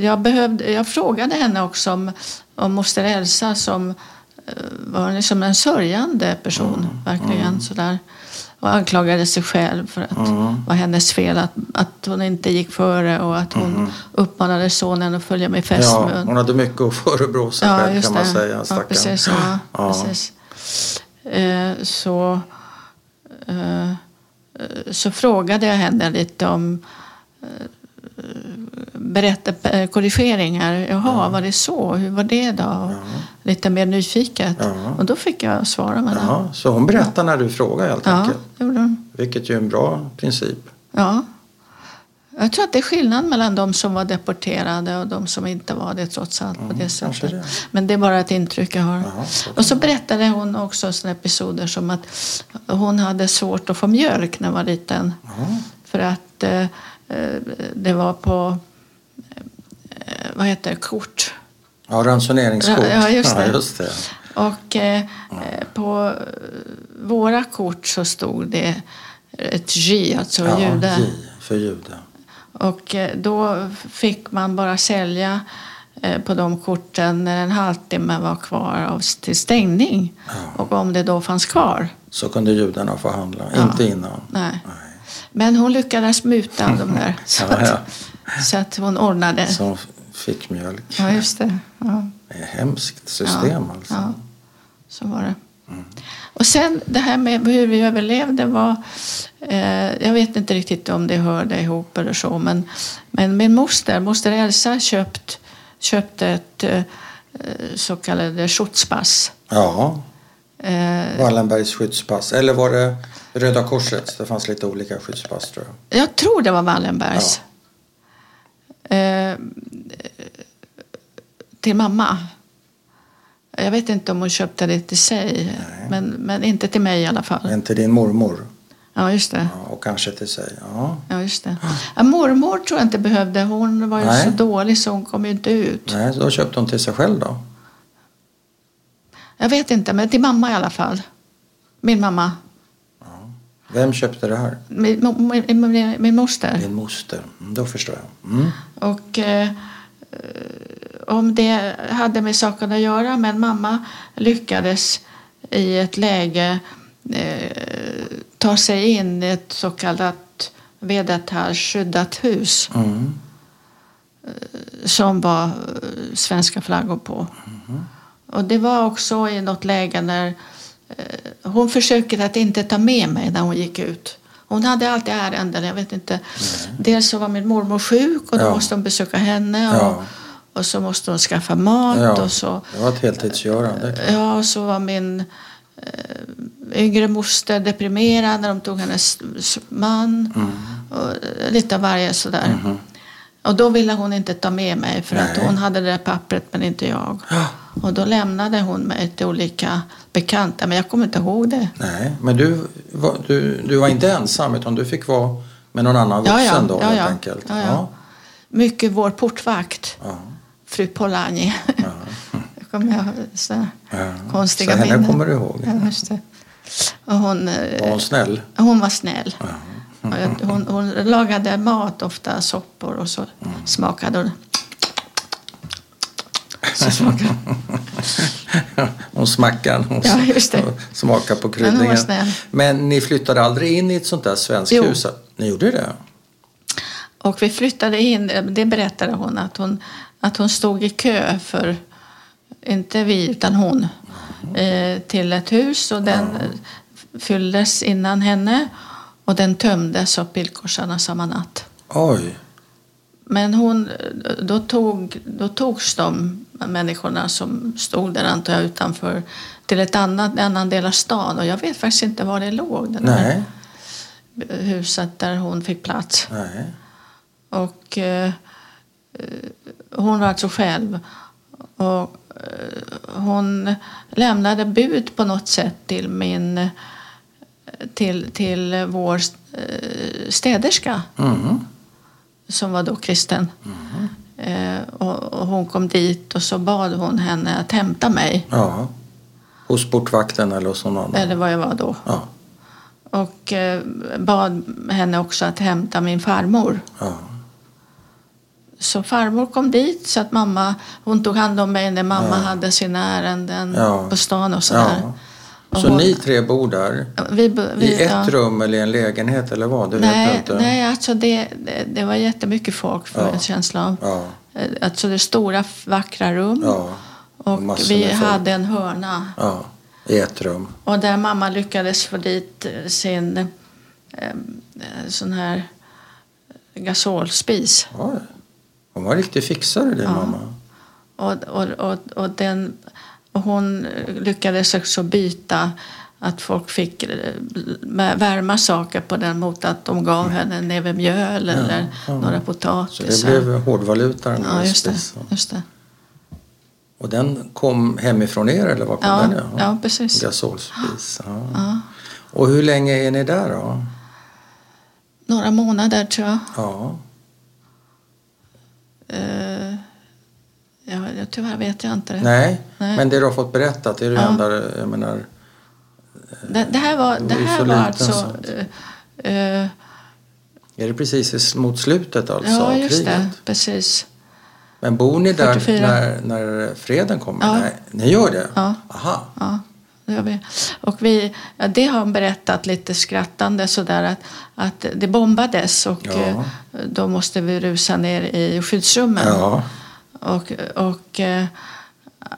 jag, behövde, jag frågade henne också om, om moster Elsa som eh, var liksom en sörjande person,
Mm.
verkligen. Sådär. Och anklagade sig själv för att
Mm.
det var hennes fel att, att hon inte gick före och att hon uppmanade sonen att följa med fästmön.
Mm-hmm. ja. Hon hade mycket att förebrå sig själv kan man säga.
Ja,
stackarn.
precis. Ja,
Ja.
precis. Eh, så, eh, eh, så frågade jag henne lite om eh, berätta, eh, korrigeringar. Jaha, var det så? Hur var det då? Och Lite mer nyfiket.
Ja.
Och då fick jag svara med det.
Ja, så hon berättar när du frågar helt
Ja,
enkelt.
det gjorde hon.
Vilket ju är en bra princip.
Ja. Jag tror att det är skillnad mellan de som var deporterade och de som inte var det trots allt på det
kanske
sättet.
Mm, det.
Men det är bara ett intryck jag har.
Ja, så.
Och så berättade hon också såna episoder som att hon hade svårt att få mjölk när hon var liten. För att eh, eh, det var på, eh, vad heter det, kort.
Ja, ransoneringskort.
Ja, just det.
Ja, just det.
Och eh, eh, på eh, våra kort så stod det ett J, alltså
Ja,
jude.
J för jude.
Och eh, då fick man bara sälja eh, på de korten när en halvtimme var kvar av, till stängning. Och om det då fanns kvar.
Så kunde judarna få handla,
Ja.
inte innan.
Nej. Men hon lyckades muta de där. Så
Ja, ja.
att, så att hon ordnade.
Som fick mjölk.
Ja, just det. Ja,
Det är ett hemskt system alltså.
ja. så var det. Och sen det här med hur vi överlevde var... Eh, jag vet inte riktigt om det hörde ihop eller så, men, men min moster, moster Elsa, köpt, köpte ett eh, så kallade skjutspass.
Ja.
Eh,
Wallenbergs skyddspass. Eller var det Röda Korset? Det fanns lite olika skyddspass tror jag.
Jag tror det var Wallenbergs. Eh, till mamma. Jag vet inte om hon köpte det till sig, men, men inte till mig i alla fall.
Men till din mormor.
Ja, just det.
Ja, och kanske till sig. Ja.
Ja, just det. Ja, mormor tror jag inte behövde. Hon var ju
Nej.
så dålig så hon kom ju inte ut.
Nej, då köpte hon till sig själv då.
Jag vet inte, men till mamma i alla fall. Min mamma.
Vem köpte det här?
Min, min, min, min moster.
Din moster. Mm, Då förstår jag. Mm.
Och eh, eh, om det hade med saken att göra, men mamma lyckades i ett läge eh, ta sig in i ett så kallat vedatal skyddat hus
Mm.
som var eh, svenska flaggor på.
Mhm.
Och det var också i något läge när eh, hon försökte att inte ta med mig när hon gick ut. Hon hade alltid ärenden, jag vet inte. Dels så var min mormor sjuk och då
Ja.
måste hon besöka henne och,
Ja.
och så måste hon skaffa mat
Ja,
och så.
det var ett heltidsgörande.
Ja, och så var min eh, yngre moster deprimerad när de tog hennes s- man.
Mm.
Och, eh, lite av varje sådär. Och då ville hon inte ta med mig för att
Mm-hmm. Nej.
hon hade det där pappret men inte jag.
Ja.
Och då lämnade hon mig till olika bekanta, men jag kommer inte ihåg det.
Nej, men du var, du, du var inte ensam utan du fick vara med någon annan vuxen då helt enkelt.
ja, ja. Mycket vår portvakt,
Ja,
fru Polanyi. kommer jag, så,
ja.
konstiga
Så henne
minnen.
kommer du ihåg.
Ja, just det. Och hon, eh,
Var hon snäll?
Hon var snäll. Och jag- Hon, hon lagade mat ofta, soppor och så smakade hon. Så smakade.
Hon smackar hon
Ja, just det.
smakar på
Men hon var
kryddningen.
snäll.
Men ni flyttade aldrig in i ett sånt där svenskt
Jo.
hus? Ni gjorde det?
Och vi flyttade in, det berättade hon att, hon, att hon stod i kö för, inte vi utan hon, eh, till ett hus och den eh, fylldes innan henne och den tömdes av pillkorsarna samma natt.
Oj,
Men hon, då, tog, då togs de människorna som stod där antar jag, utanför till ett annat, en annan del av stan. Och jag vet faktiskt inte var det låg, det där
Nej.
huset där hon fick plats.
Nej.
Och eh, eh, hon var alltså själv. Och eh, hon lämnade bud på något sätt till min till, till vår eh, städerska
Mm.
som var då kristen. Eh, och, och hon kom dit och så bad hon henne att hämta mig.
Ja. Hos portvakten eller hos någon annan.
Eller vad jag var då.
Ja.
Och eh, bad henne också att hämta min farmor.
Ja.
Så farmor kom dit så att mamma, hon tog hand om mig när mamma
Ja.
hade sina ärenden
Ja.
på stan och sådär.
ja.
Och
Så
hon-
ni tre bor där?
Vi, bo- vi,
I ett
ja.
rum eller i en lägenhet eller vad? Du vet
Nej,
inte.
nej alltså det, det, det var jättemycket folk för
Ja.
en känsla av.
Ja.
Eh, Alltså det stora vackra rum
Ja. och
och
massor
vi
med folk.
hade en hörna.
ja. I ett rum.
Och där mamma lyckades få dit eh, sin eh, eh, sån här eh, gasolspis.
Oj. Hon var riktigt fixare din mamma.
Och, och, och, och, den, och hon lyckades också byta att folk fick eh, värma saker på den mot att de gav henne en näve mjöl eller
Mm. ja.
några
Så
potatisar.
det blev hårdvaluta den
ja,
där
just det,
spisen.
just det.
Och den kom hemifrån er eller var kom
Ja,
den?
ja, precis.
Gasolspis. Ja. Och hur länge är ni där då?
Några månader tror jag.
Ja.
Eh, ja, jag- tyvärr vet jag inte det.
Nej.
Nej.
men det du har fått berättat, det är det
Ja.
enda, jag menar,
Det, det här var,
Det
det
var ju så
här var
liten
alltså...
sak.
eh, eh,
är det precis i- mot slutet alltså
ja,
av
just
kriget?
det. Precis.
Men bor ni där
44?
när, när freden kommer?
Ja.
Nej, ni gör det?
Ja.
Aha.
Ja, det gör vi. Och vi, ja, det har han berättat lite skrattande sådär att, att det bombades och
Ja.
eh, då måste vi rusa ner i skyddsrummen.
Ja.
Och, och eh,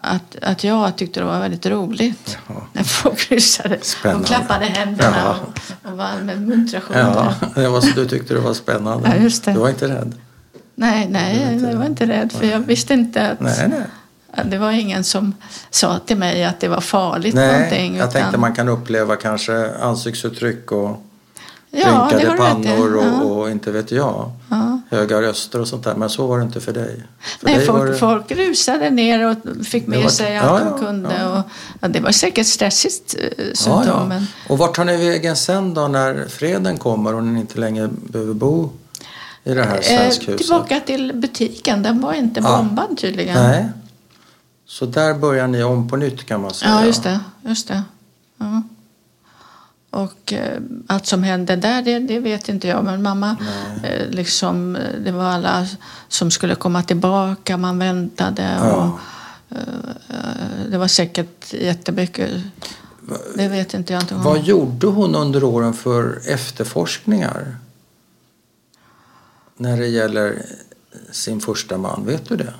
att, att jag tyckte det var väldigt roligt
Ja.
när folk rusade
Spännande.
och klappade händerna
Ja.
och, och var allmän muntration.
Ja, det var så du tyckte det var spännande.
Ja, just det.
Du var inte rädd?
Nej, nej, jag var inte rädd för jag visste inte att
Nej, nej.
det var ingen som sa till mig att det var farligt någonting.
nej jag tänkte
utan-
man kan uppleva kanske ansiktsuttryck och
Ja, det
rynkade
har du rätt i.
pannor och,
Ja.
och inte vet jag.
Ja.
Höga röster och sånt där. Men så var det inte för dig. För
Nej,
dig
folk,
var det-
folk rusade ner och fick med
var-
sig
ja,
allt
ja,
de kunde.
ja.
Och, ja, det var säkert stressigt eh,
Ja,
symptom.
ja.
Men,
Och vart tar ni vägen sen då när freden kommer och ni inte längre behöver bo i det här
eh,
svenskhuset?
tillbaka till butiken, den var inte
Ja.
bombad tydligen.
Nej. Så där börjar ni om på nytt kan man säga.
ja, just det. Just det. Ja. Och eh, allt som hände där, det, det vet inte jag. Men mamma, eh, liksom, eh, det var alla som skulle komma tillbaka, man väntade.
Ja.
Och, eh, det var säkert jättemycket. Det vet inte jag. Inte om.
Vad gjorde hon under åren för efterforskningar? När det gäller sin första man, vet du det?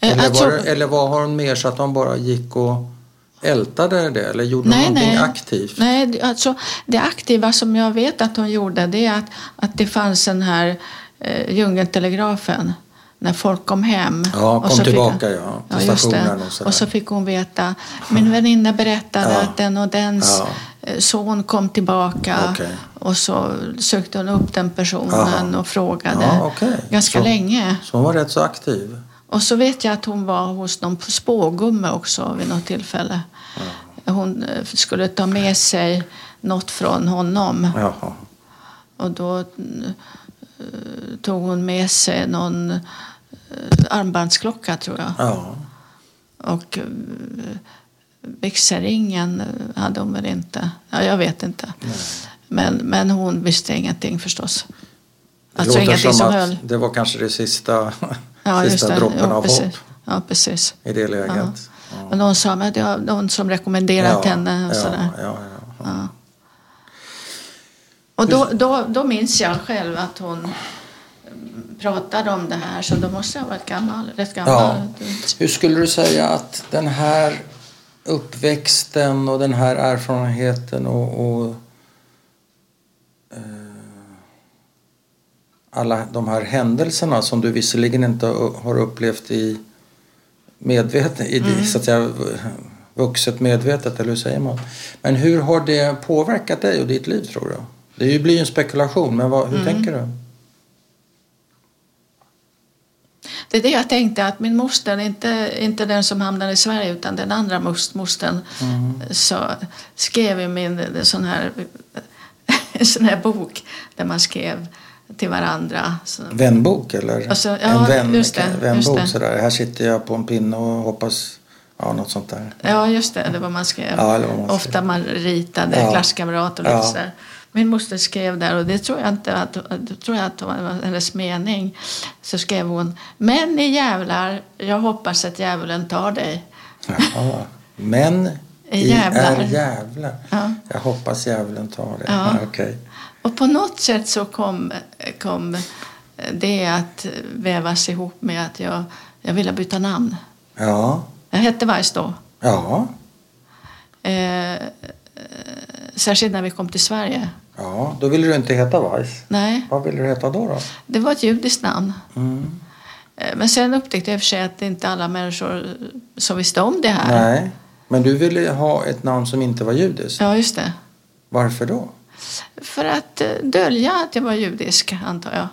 Eh,
Eller,
att
var,
jag-
det- eller var har hon mer så att hon bara gick och ältade det? Eller gjorde hon någonting aktivt?
Nej, det- alltså, det aktiva som jag vet att hon gjorde det är att, att det fanns den här eh, djungeltelegrafen när folk kom hem.
Ja, kom
så fick-
tillbaka, ja,
just
till
det.
stationen och sådär.
och så fick hon veta, min väninna berättade
Ja.
att den och dens eh, son kom tillbaka
Okej.
och så sökte hon upp den personen
Aha.
och frågade
Ja, okej.
ganska
Så-
länge.
Så hon var rätt så aktiv?
Och så vet jag att hon var hos någon spågumme också vid något tillfälle. Hon eh, skulle ta med sig något från honom
Jaha.
och då eh, tog hon med sig någon eh, armbandsklocka tror jag.
Ja.
Och eh, vigselringen hade hon väl inte. Ja, jag vet inte. Men, men hon visste ingenting förstås.
Det
Alltså
låter
ingenting som,
att
höll.
Det var kanske det sista,
Ja, just
sista
det.
droppen
Jo,
av hopp
precis. Ja, precis.
i det läget.
Ja.
Ja.
Och någon sa att det var någon som rekommenderat
Ja,
henne. Och,
ja,
sådär.
Ja, ja.
och då, då, då minns jag själv att hon mm, pratade om det här så då måste jag ha varit gammal, rätt gammal.
Ja. Hur skulle du säga att den här uppväxten och den här erfarenheten och, och eh, alla de här händelserna som du visserligen inte har upplevt i medveten, i det, så att säga, vuxet medvetet, eller hur säger man? Men hur har det påverkat dig och ditt liv tror du? Det ju- blir ju en spekulation, men vad, hur tänker du?
Det är det jag tänkte, att min moster, inte, inte den som hamnade i Sverige utan den andra mos- mostern,
Mm.
så skrev i min en sån här, en sån här bok där man skrev till varandra. Så,
Vänbok eller?
Alltså, ja,
en vän,
just det, just
vänbok
det.
sådär. Här sitter jag på en pinne och hoppas, ja något sånt där.
ja, just det, det var man skrev.
Ja, eller vad man skrev.
Ofta man ritade
Ja.
klasskamrater och lite
Ja.
sådär. Min moster skrev där och det tror jag inte att, det tror jag att det var hennes mening. Så skrev hon, men ni jävlar, jag hoppas att djävulen tar dig.
Jaha. Men i
Jävlar.
är jävlar.
Ja.
Jag hoppas djävulen tar det.
Ja.
okej.
Och på något sätt så kom, kom det att vävas ihop med att jag, jag ville byta namn.
Ja.
Jag hette Weiss då.
Ja.
Eh, eh, särskilt när vi kom till Sverige.
Ja. Då ville du inte heta Weiss.
Nej,
Vad ville du heta då? då?
det var ett judiskt namn.
Mm.
Eh, Men sen upptäckte jag i och för sig att det inte alla människor som visste om det här.
Nej. Men du ville ha ett namn som inte var judiskt.
Ja, just det.
Varför då?
För att eh, dölja att jag var judisk, antar jag.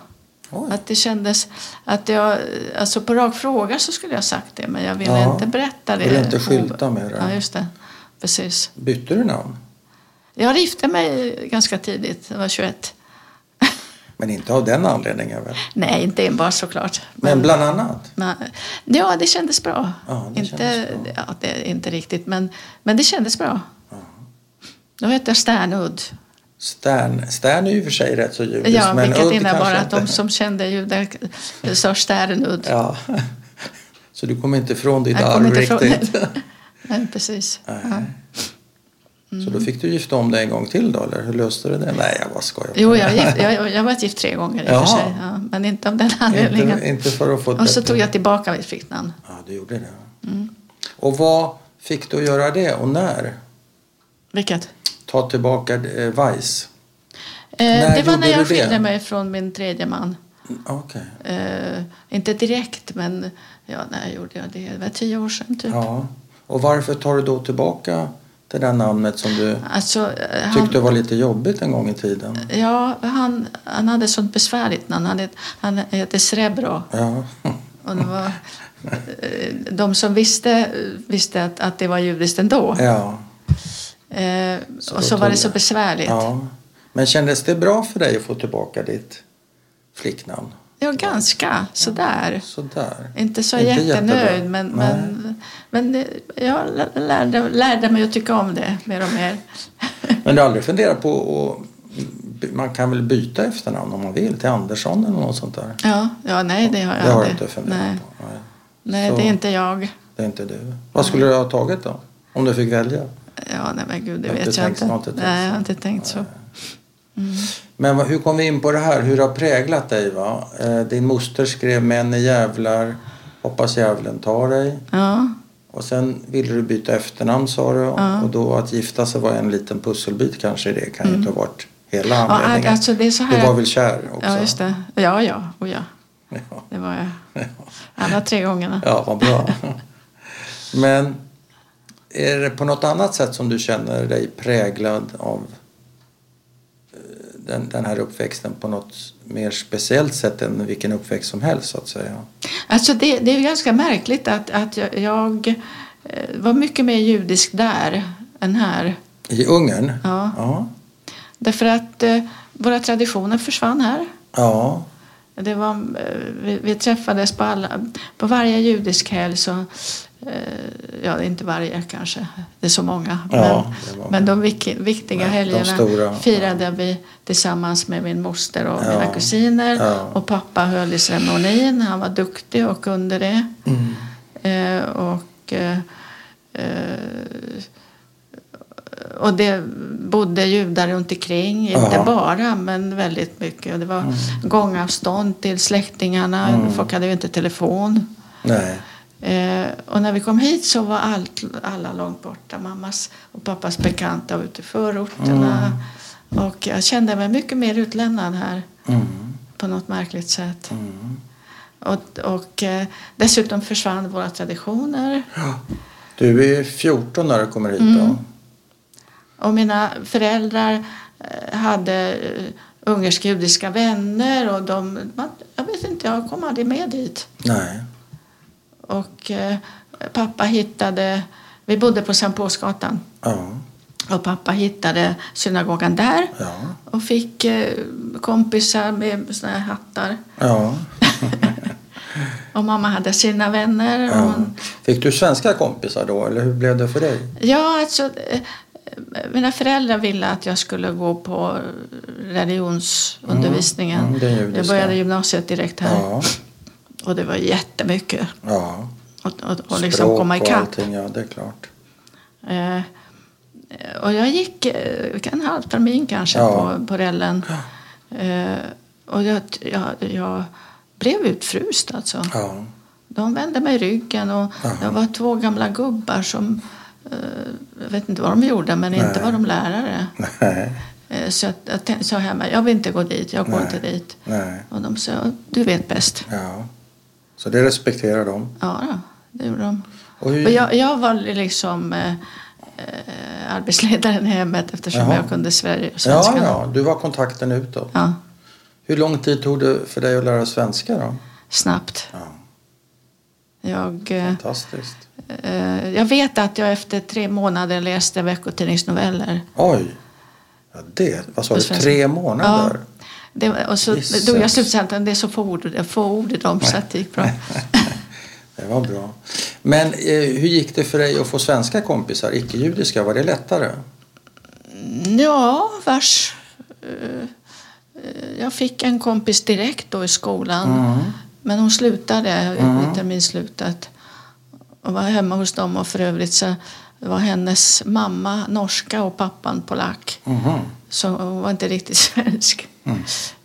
Oj.
Att det kändes att jag, alltså på rak fråga så skulle jag ha sagt det men jag ville
Ja,
inte berätta det.
ville inte skylta med det.
Ja, just det. Precis.
Bytte du namn?
Jag gifte mig ganska tidigt, jag var 21.
Men inte av den anledningen väl?
Nej, inte enbart såklart.
Men bland annat?
men- ja, det kändes bra.
Ja, det
inte,
kändes bra.
Ja, det, är inte riktigt, men, men det kändes bra. Då hette jag Stärnudd.
Stern. Stern är ju i och för sig rätt så judisk.
Ja,
men
vilket
Udd
innebar
kanske
att de
inte.
som kände judar sa Stärnudd.
Ja. Så du kommer inte ifrån ditt
Jag kommer
arv
inte ifrån det.
riktigt?
Nej, precis. Ja. Mm.
Så då fick du gifta om dig en gång till då, eller hur löste du det? Nej, jag bara skojar.
Jo, jag, var gift, jag, jag var gift tre gånger i och
Jaha.
för sig. Ja, men inte av den anledningen.
Inte, inte för att få ett
och så
bättre-
tog jag Mm. tillbaka mitt fritt namn.
Ja, du gjorde det. Och vad fick du att göra det och när?
Vilket?
Ta tillbaka eh, Weiss?
Eh,
När
det var
gjorde
när jag
du det?
skilde mig från min tredje man.
Mm, Okej.
Eh, inte direkt, men ja, när gjorde jag det? Det var tio år sedan typ.
Ja. Och varför tar du då tillbaka det där namnet som du
Alltså, eh, han,
tyckte var lite jobbigt en gång i tiden?
ja, han, han hade sånt besvärligt namn. Han, het- han hette Srebro.
Ja.
Och det var, eh, de som visste visste att, att det var judiskt ändå.
ja.
Eh,
Så
och
då
så var
tog
det så
det.
besvärligt.
ja. Men kändes det bra för dig att få tillbaka ditt flicknamn?
Ja, ganska sådär.
Sådär.
Inte så
Inte
jättenöjd,
jättebra.
men,
Nej.
men, men det- jag lä- lärde, lärde mig att tycka om det mer och mer.
Men du har aldrig funderat på att... Man kan väl byta efternamn om man vill till Andersson eller något sånt där?
Ja, ja nej, det har
Det
jag
har du
aldrig.
inte funderat
nej.
på? Nej.
nej,
Så-
det är inte jag.
Det är inte du. Vad skulle du ha tagit då? Om du fick välja?
Ja, nej men gud, det
Har inte
vet jag
tänkt-
inte.
har inte tänkt
nej, jag har
så.
inte tänkt så.
Men vad- hur kom vi in på det här? Hur det har präglat dig? Va? Eh, Din moster skrev Män är jävlar, hoppas djävulen tar dig.
Ja,
Och sen ville du byta efternamn sa du.
Ja. Mm.
Och då att gifta sig var en liten pusselbit kanske. Det kan ju inte ha varit hela
ja
anledningen.
alltså det är så här.
Du var väl kär också?
Ja, just det. Ja, ja, och ja.
Ja.
Det var jag. Alla tre gångerna.
Ja, vad bra. Men är det på något annat sätt som du känner dig präglad av eh, den, den här uppväxten på något mer speciellt sätt än vilken uppväxt som helst så att säga?
Alltså det, det är ju ganska märkligt att, att jag, jag eh, var mycket mer judisk där än här.
I Ungern?
Ja.
Ja.
Därför att eh, våra traditioner försvann här.
ja.
Det var, eh, vi, vi träffades på, alla, på varje judisk helg. Så, eh, ja, inte varje kanske, det är så många.
Ja, det
men,
var-
men de vik- viktiga
Men de
helgerna
stora,
firade vi tillsammans med min moster och
Ja,
mina kusiner.
ja.
Och pappa höll i ceremonin. Han var duktig och kunde det.
Mm.
Eh, och, eh, eh, och det bodde judar runt omkring, inte
Ja.
bara men väldigt mycket. Och det
Mm.
var gångavstånd till släktingarna, folk hade ju inte telefon.
Nej.
Eh, och när vi kom hit så var allt, alla långt borta, mammas och pappas bekanta var ute i förorterna. Och jag kände mig mycket mer utlämnad här.
Mm.
på något märkligt sätt.
Mm.
Och, och eh, dessutom försvann våra traditioner.
Ja. Du är 14 när du kommer hit
Mm.
då?
Och mina föräldrar eh, hade eh, ungersk-judiska vänner och de, man, jag vet inte, jag kom aldrig med dit.
Nej.
Och eh, pappa hittade, vi bodde på Sankt Paulsgatan
Ja.
och pappa hittade synagogan där
Ja.
och fick eh, kompisar med såna här hattar.
Ja.
Och mamma hade sina vänner. Och
ja.
hon,
Fick du svenska kompisar då eller hur blev det för dig?
Ja, alltså, eh, mina föräldrar ville att jag skulle gå på religionsundervisningen.
Mm, mm, den judiska.
jag började gymnasiet direkt här
Ja.
och det var jättemycket.
ja.
Och, och, och
Språk
liksom komma ikapp.
allting, ja det är klart.
Eh, och jag gick eh, en halv termin kanske
Ja.
på, på rällen. Eh, och jag, jag, jag blev utfryst alltså.
Ja.
De vände mig ryggen och
Jaha.
det var två gamla gubbar som eh, jag vet inte vad de gjorde, men inte
Nej.
var de lärare.
Nej.
Eh, Så att jag tän- sa hemma, jag vill inte gå dit, jag går
Nej.
inte dit.
Nej.
Och de sa, du vet bäst.
Ja. Så det respekterar de.
Ja, då, det gjorde de.
Och hur...
Och jag, jag var liksom eh, eh, arbetsledaren i hemmet eftersom
Jaha.
jag kunde sver-
ja,
svenska.
ja, du var kontakten utåt.
Ja,
Hur lång tid tog det för dig att lära svenska då?
snabbt.
Ja.
Jag, eh,
Fantastiskt.
eh, jag vet att jag efter tre månader läste veckotidningsnoveller.
Oj! Ja, det, vad sa
På
du,
svenska.
tre månader?
Ja. Det, och så
Jesus.
drog jag slutsatsen det är så få ord, få ord i dem så att det gick bra.
Det var bra. Men eh, hur gick det för dig att få svenska kompisar, icke-judiska? Var det lättare?
Ja, vars... eh, eh, Jag fick en kompis direkt då i skolan. Men hon slutade vid terminslutet. Och var hemma hos dem och för övrigt så var hennes mamma norska och pappan polack.
Mhm.
Så hon var inte riktigt svensk.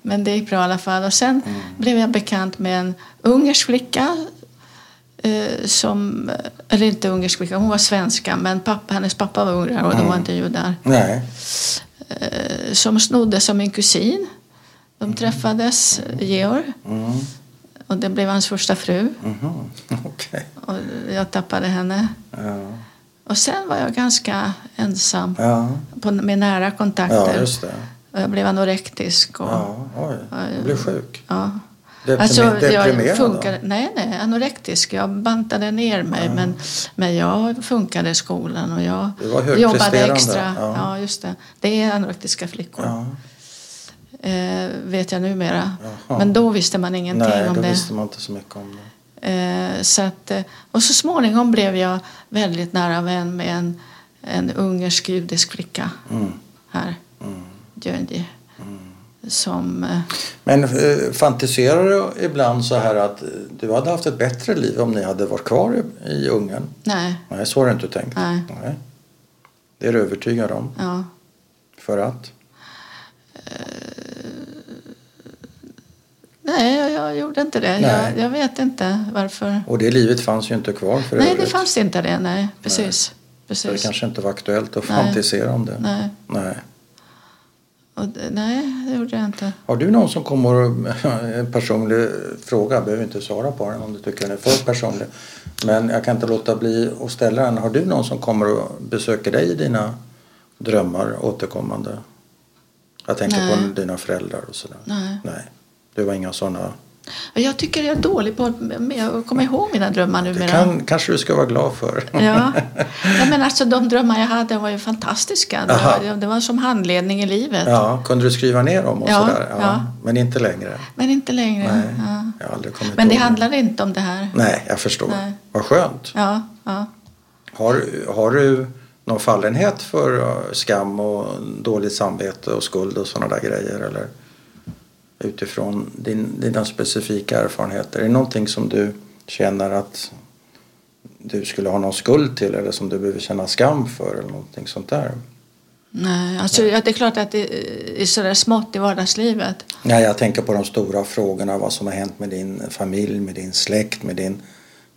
Men det gick bra i alla fall. Och sen blev jag bekant med en ungersk flicka. eh, Som, eller inte ungersk flicka, hon var svenska men pappa, hennes pappa var ungrare och de var inte judar
Nej.
eh, som snoddes av min kusin. De träffades, eh, Georg,
Mm.
och det blev hans första fru.
Mhm. Okej.
Och jag tappade henne.
Ja.
Och sen var jag ganska ensam
Ja.
på, med nära
ja,
kontakter.
just det.
och jag blev anorektisk. Och, ja.
Ja, oj. Du blev sjuk.
Ja. Alltså,
Deprimer-
jag
deprimerad
funkade,
då?
nej, nej, anorektisk. Jag bantade ner mig, men, men jag funkade i skolan och jag
Du var
jobbade
högpresterande,
extra.
ja.
Ja. just det. Det är anorektiska flickor.
Ja.
eh, vet jag numera.
Jaha.
Men då visste man ingenting
Nej,
om
då
det.
visste man inte så mycket om det.
Eh, så att, eh, och så småningom blev jag väldigt nära vän med en, en ungersk judisk flicka
Mm.
här,
Mm.
Gyöngyi, som... Eh,
Men eh, fantiserar du ibland så här att eh, du hade haft ett bättre liv om ni hade varit kvar i, i Ungern?
nej,
Nej, så har du inte tänkt?
Nej.
Det är du övertygad om.
ja.
För att?
Nej, jag, jag gjorde inte det.
Nej.
Jag, jag vet inte varför.
Och det livet fanns ju inte kvar för
Nej,
övrigt.
det fanns inte det. Nej, precis.
Så det
precis.
kanske inte var aktuellt att
Nej.
fantisera om det.
Nej.
Nej.
Och, det- nej, det gjorde jag inte.
Har du någon som kommer och... En personlig fråga, behöver inte svara på den om du tycker den är för personlig. Men jag kan inte låta bli att ställa den. Har du någon som kommer och besöker dig i dina drömmar återkommande? Jag tänker
Nej.
på dina föräldrar och sådär.
Nej.
Nej. Du var inga sådana...
Och Jag tycker jag är dålig på att jag kommer ihåg mina drömmar
Det
numera.
kan, kanske du ska vara glad för.
Ja. ja, men alltså de drömmar jag hade var ju fantastiska. Det
Aha.
var, det var som handledning i livet.
Ja, kunde du skriva ner dem och
Ja,
sådär?
ja.
Men inte längre?
Men inte längre.
Nej,
Ja.
jag har aldrig kommit
Men det
ihåg
handlade inte om det här.
Nej, jag förstår.
Nej.
Vad skönt.
Ja, ja.
Har, har du någon fallenhet för eh, skam och dåligt samvete och skuld och sådana där grejer? Eller utifrån din, dina specifika erfarenheter? Är det någonting som du känner att du skulle ha någon skuld till eller som du behöver känna skam för eller någonting sånt där?
Nej, alltså, ja, det är klart att det är sådär smått i vardagslivet.
Nej, jag tänker på de stora frågorna. Vad som har hänt med din familj, med din släkt, med din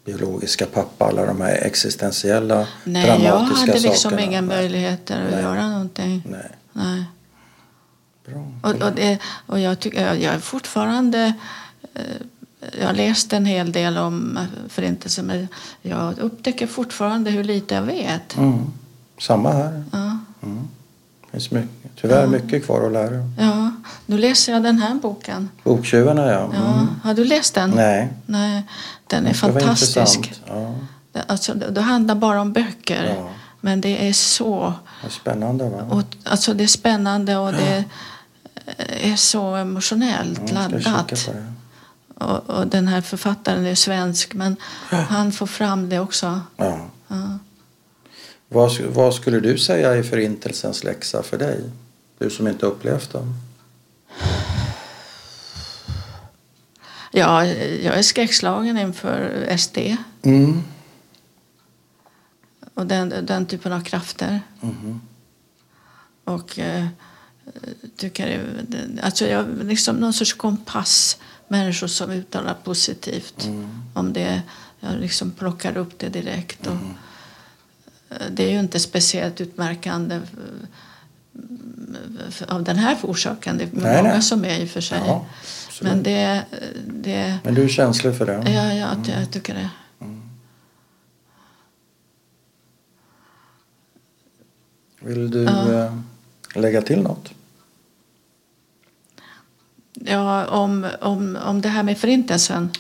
biologiska pappa. Alla de här existentiella,
Nej, jag
dramatiska
hade liksom
sakerna.
inga
Nej.
möjligheter att
Nej.
göra någonting.
Nej.
Nej.
Bra.
Och, och, det, och jag, tycker, jag, jag är fortfarande... eh, Jag har läst en hel del om eh, Förintelsen men jag upptäcker fortfarande hur lite jag vet.
Mm. Samma här.
Ja,
Mm. Det finns mycket, tyvärr mycket kvar att lära.
ja. Nu läser jag den här boken.
Boktjuvarna ja. Mm.
Ja. Har du läst den?
Nej.
Nej, Den är
Det var
fantastisk.
intressant. Ja.
Det- Alltså, det, det handlar bara om böcker.
Ja.
Men det är så...
Vad spännande va? Mm,
Och, alltså, det är spännande och det är så emotionellt
Mm, jag ska
laddat.
kika på det.
Och, och den här författaren är svensk, men
Äh.
han får fram det också.
Ja.
Ja.
Vad, sk- vad skulle du säga är förintelsens läxa för dig? Du som inte upplevt den.
Ja, jag är skräckslagen inför SD
Mm.
och den, den typen av krafter.
Mhm.
Och eh, tycker det- alltså jag liksom någon sorts kompass. Människor som uttalar positivt
Mm.
om det. Jag liksom plockar upp det direkt. Och,
Mm-hmm.
eh, Det är ju inte speciellt utmärkande eh, för- av den här orsaken. Det är
Nej,
många
nej.
som är i och för sig.
Ja,
Men
Men,
det, det
Men du är känslig för det?
ja, ja, att jag tycker det.
Vill du
Ja.
eh, lägga till något?
Ja, om, om, om det här med förintelsen.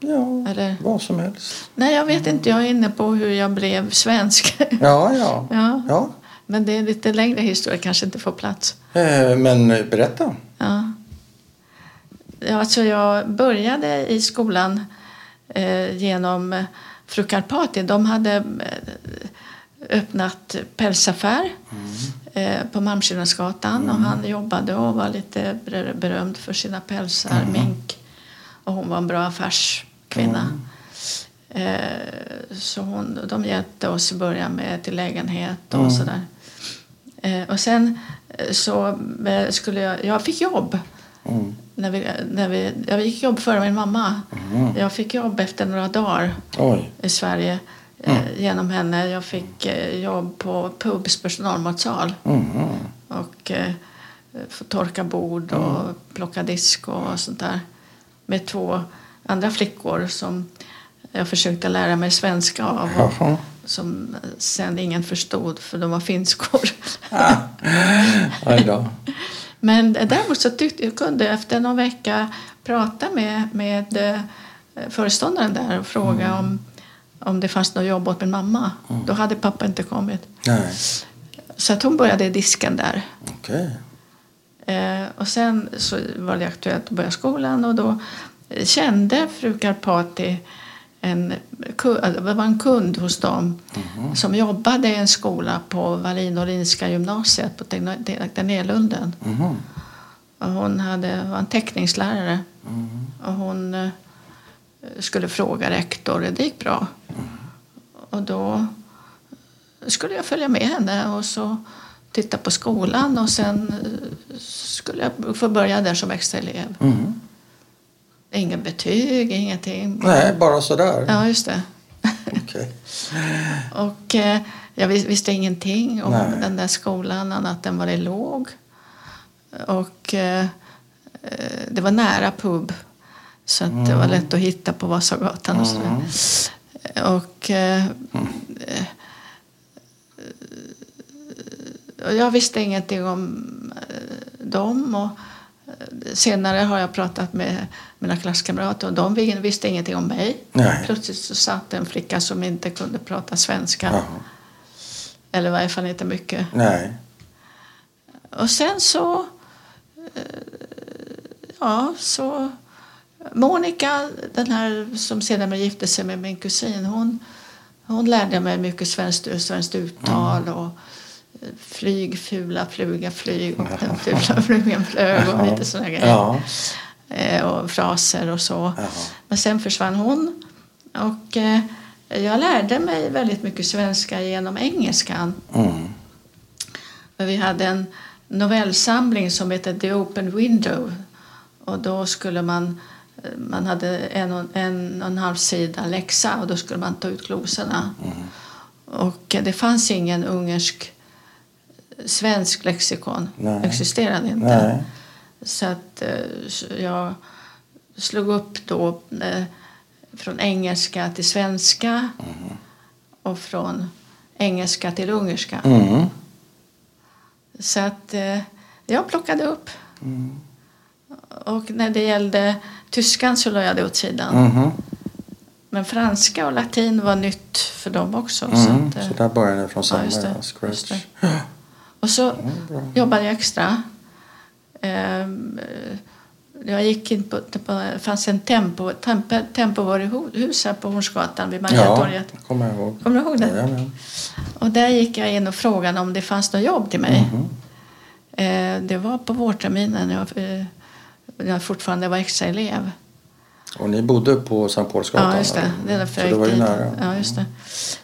Ja,
Eller-
vad som helst.
Nej, jag vet inte. Jag är inne på hur jag blev svensk.
Ja, ja.
Ja.
ja.
Men det är lite längre historia, kanske inte får plats.
Eh, men eh, berätta.
Ja. Ja, alltså jag började i skolan eh, genom eh, Fru Karpati. De hade eh, öppnat pälsaffär eh, på Malmskillnadsgatan och han jobbade och var lite ber- berömd för sina pälsar, mink. Och hon var en bra affärskvinna. Eh, så hon, de hjälpte oss i början med till lägenhet och sådär. Eh, och sen eh, så eh, skulle jag, jag fick jobb. När vi, när vi, jag fick jobb före min mamma. Jag fick jobb efter några dagar
Oj.
i Sverige eh, genom henne. Jag fick eh, jobb på pubs personalmatsal
Mhm.
och eh, få torka bord och plocka disk och sånt där med två andra flickor som jag försökte lära mig svenska av
Jaha.
och som sen ingen förstod för de var finskor.
Aj då.
Men däremot så tyckte jag kunde jag efter någon vecka prata med, med eh, föreståndaren där och fråga om, om det fanns något jobb åt min mamma. Då hade pappa inte kommit.
Nej,
Så att hon började i disken där.
okej.
Eh, och sen så var det aktuellt att börja skolan och då kände fru Karpati en, ku- äh, det var en kund hos dem som jobbade i en skola på Wallin Åhlinska gymnasiet på Tegn- Tegnélunden.
Mhm.
Och Hon hade, var en teckningslärare och hon eh, skulle fråga rektor och det gick bra. Och då skulle jag följa med henne och så titta på skolan och sen eh, skulle jag få börja där som extra elev.
Mhm.
Inga betyg, ingenting.
Nej, bara sådär?
Ja, just det.
Okej.
Och eh, jag vis- visste ingenting om
Nej.
den där skolan annat än vad det låg. Och eh, eh, det var nära pub. Så att det
Mm.
var lätt att hitta på Vasagatan och sådär.
Mm.
Och, eh, eh, och jag visste ingenting om eh, dem. Och eh, senare har jag pratat med mina klasskamrater och de visste ingenting om mig.
Nej.
Plötsligt så satt en flicka som inte kunde prata svenska.
Jaha.
Eller i varje fall inte mycket.
Nej.
Och sen så... eh, Ja, så... Monica, den här som senare gifte sig med min kusin, hon, hon lärde mig mycket svenskt, svenskt uttal
Mm.
och eh, flyg, fula fluga, flyg och den fula flugan flög och lite sådana grejer.
Ja.
Eh, och fraser och så.
Jaha.
Men sen försvann hon. Och eh, jag lärde mig väldigt mycket svenska genom engelskan.
Mm.
Men vi hade en novellsamling som hette The Open Window. Och då skulle man, eh, man hade en och en, och en halv sida läxa och då skulle man
Mm.
ta ut glosorna. Och det fanns ingen ungersk eh, svensk lexikon.
Nej.
existerade inte.
Nej.
Så att eh, så jag slog upp då eh, från engelska till svenska
Mm.
och från engelska till ungerska.
Mm.
Så att eh, jag plockade upp.
Mm.
Och när det gällde tyskan så la jag det åt sidan.
Mhm.
Men franska och latin var nytt för dem också. Så
Mm.
att, eh,
Så där började det från
ja, just
samma
det, just
scratch.
det. Och så
bra.
jobbade jag extra. Ehm, eh, Jag gick in på, på det fanns en tempo, tempo, tempovaruhus här på Hornsgatan vid
Ja,
Mariatorget.
det kommer jag ihåg.
Kommer du ihåg det?
Jajamän.
Och där gick jag in och frågade om det fanns något jobb till mig.
Mm-hmm.
Eh, Det var på vårterminen, jag, eh, när jag fortfarande var extra elev.
Och ni bodde på Sankt Paulsgatan?
Ja, just det.
eller?
Det är därför
Så
jag
det var
gick
ju
dit.
nära.
Ja, just det.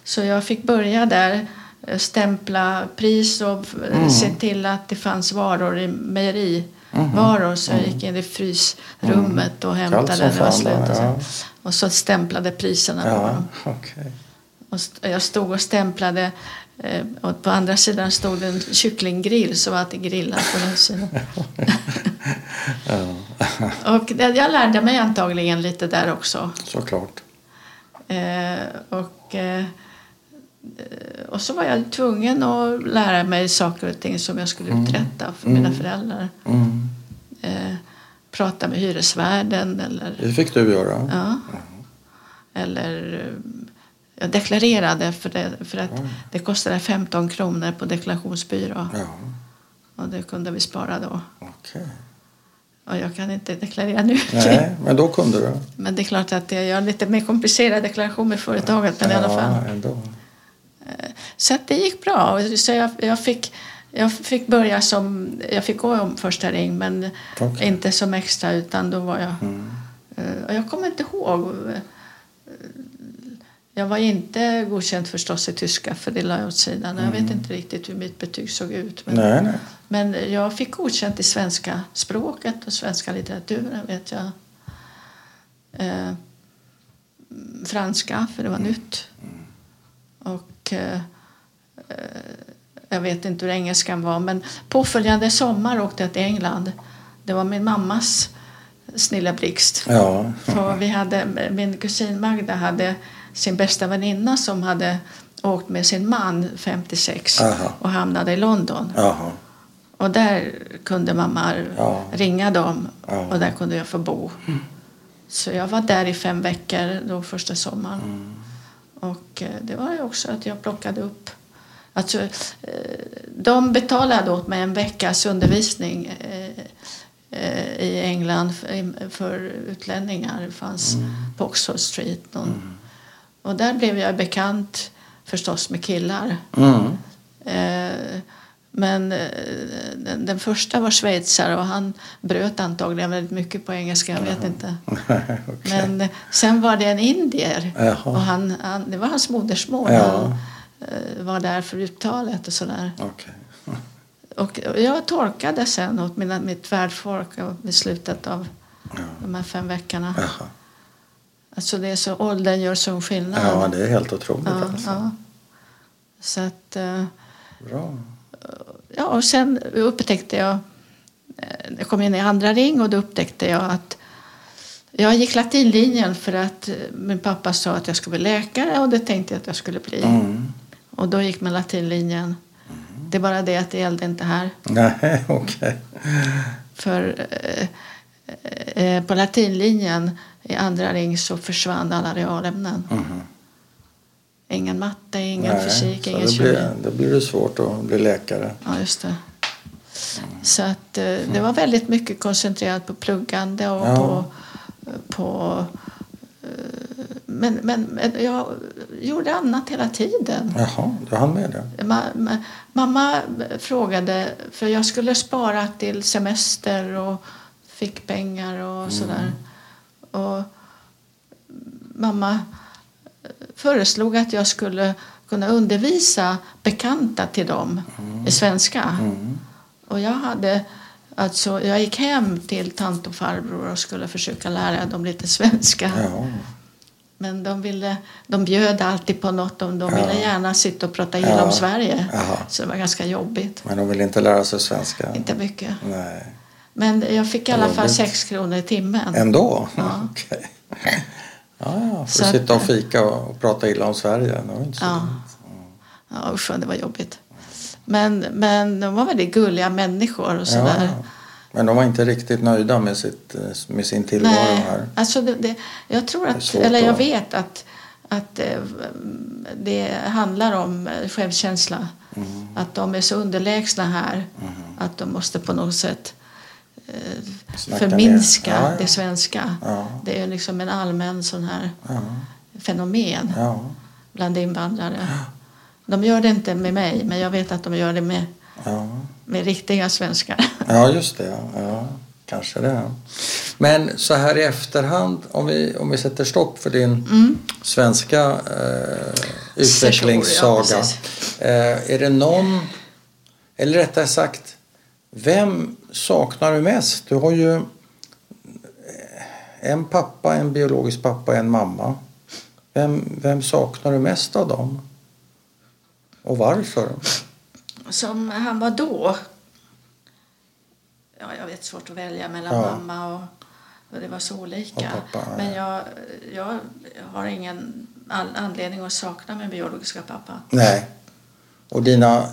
Så jag fick börja där, eh, stämpla pris och eh,
Mm.
se till att det fanns varor
Mm-hmm.
i mejerivaror. Så jag gick in i frysrummet och hämtade
Mm. som
när det var
fan
slut.
där,
Och så,
ja.
och så stämplade priserna på
Ja,
dem.
okej.
Och st- jag stod och stämplade eh, och på andra sidan stod det en kycklinggrill som var alltid grillad på den sidan. och det, jag lärde mig antagligen lite där också.
Såklart.
Eh, och, eh, och så var jag tvungen att lära mig saker och ting som jag skulle uträtta för mina föräldrar.
Mm.
Eh, prata med hyresvärden eller,
Det fick du göra.
ja. eller eh, jag deklarerade för, det, för att det kostade 15 kronor på deklarationsbyrå
Mm. Ja,
och det kunde vi spara då.
okej.
Och jag kan inte deklarera nu.
Nej, men då kunde du.
Men det är klart att jag gör lite mer komplicerad deklaration med företaget. Men i alla fall.
Ja, ändå.
Så att det gick bra. Och Så jag, jag, fick, jag fick börja som... Jag fick gå om första ring, men
Okej.
inte som extra. utan då var jag... Eh, Och jag kommer inte ihåg. eh, Jag var inte godkänd förstås i tyska, för det la jag åt sidan. Jag vet inte riktigt hur mitt betyg såg ut. Men,
Nej, nej.
men jag fick godkänt i svenska språket och svenska litteraturen, vet jag. Eh, mm, franska, för det var
Mm.
nytt. Och eh, eh, jag vet inte hur engelskan var. Men påföljande sommar åkte jag till England. Det var min mammas snilla blixt.
Ja.
För vi hade, min kusin Magda hade sin bästa väninna som hade åkt med sin man 56
Aha.
och hamnade i London.
Jaha.
Och där kunde mamma
Ja.
ringa dem
Ja.
och där kunde jag få bo. Så jag var där i fem veckor då första sommaren.
Mm.
Och eh, det var ju också att jag plockade upp. Alltså, eh, de betalade åt mig en veckas undervisning eh, eh, i England för- för utlänningar. Det fanns
Mm.
på Oxford Street. Någon. Och där blev jag bekant förstås med killar.
Mm.
Eh, Men eh, den, den första var schweizare och han bröt antagligen väldigt mycket på engelska. Jag vet inte.
Okej.
Men eh, sen var det en indier
Jaha.
och han, han, det var hans modersmål.
Ja.
Han eh, var där för uttalet och sådär.
Okej.
Och och jag torkade sen åt mina, mitt värdfolk i slutet av de här fem veckorna.
Jaha.
Alltså det är så, åldern gör sån skillnad.
Ja, det är helt otroligt
Ja,
alltså.
ja. Så att... eh,
Bra.
Ja, och sen upptäckte jag, eh, jag kom in i andra ring och då upptäckte jag att jag gick latinlinjen för att eh, min pappa sa att jag skulle bli läkare och det tänkte jag att jag skulle bli.
Mm.
Och då gick man latinlinjen. Det är bara det att det gällde inte här.
Nej, okej.
För eh, eh, på latinlinjen i andra ring så försvann alla realämnen. Ingen matte, ingen
Mm-hmm. Nej,
fysik,
så
ingen
då
kemi.
blir, då blir det svårt att bli läkare.
Ja, just det. Så att eh, det var väldigt mycket koncentrerat på pluggande och
Ja.
på... på eh, men, men men jag gjorde annat hela tiden.
Jaha, du hann med det?
Ma- ma- mamma frågade, för jag skulle spara till semester och fick pengar och sådär. Och mamma föreslog att jag skulle kunna undervisa bekanta till dem i svenska. Och jag hade alltså, jag gick hem till tant och farbror och skulle försöka lära dem lite svenska.
Ja.
Men de, ville, de bjöd alltid på något. De, de
Ja.
ville gärna sitta och prata illa
Ja.
om Sverige.
Jaha.
Så det var ganska jobbigt.
Men de vill inte lära sig svenska?
Inte mycket.
Nej.
Men jag fick i alla fall
Jobbigt.
sex kronor i timmen.
Ändå?
Ja.
Okej. Ja, ja,
Så
får
att-
sitta och fika och, och prata illa om Sverige. Det var inte så
Ja.
dumt.
Ja, usch vad det var jobbigt. Men, men de var väldigt gulliga människor och sådär.
Ja. Men de var inte riktigt nöjda med, sitt, eh, med sin tillvaro här.
alltså det, det, jag tror
är
att,
svårt
eller jag
att-
vet att, att eh, det handlar om eh, självkänsla.
Mm.
Att de är så underlägsna här att de måste på något sätt eh,
Snacka
förminska
ner. Ja, ja.
det svenska.
Ja.
Det är liksom en allmän sån här
Ja.
fenomen
Ja.
bland invandrare. De gör det inte med mig, men jag vet att de gör det med,
Ja.
med riktiga svenskar.
ja, just det. Ja. Kanske det. Men så här i efterhand, om vi, om vi sätter stopp för din
Mm.
svenska eh, utvecklingssaga.
Session, ja, precis.
eh, är det någon, eller rättare sagt, vem saknar du mest? Du har ju eh, en pappa, en biologisk pappa och en mamma. Vem, vem saknar du mest av dem? Och varför?
som han var då. Ja, jag vet, svårt att välja mellan
Ja.
mamma och, och det var så olika.
Och pappa, ja.
Men jag, jag har ingen all anledning att sakna min biologiska pappa.
Nej. Och dina,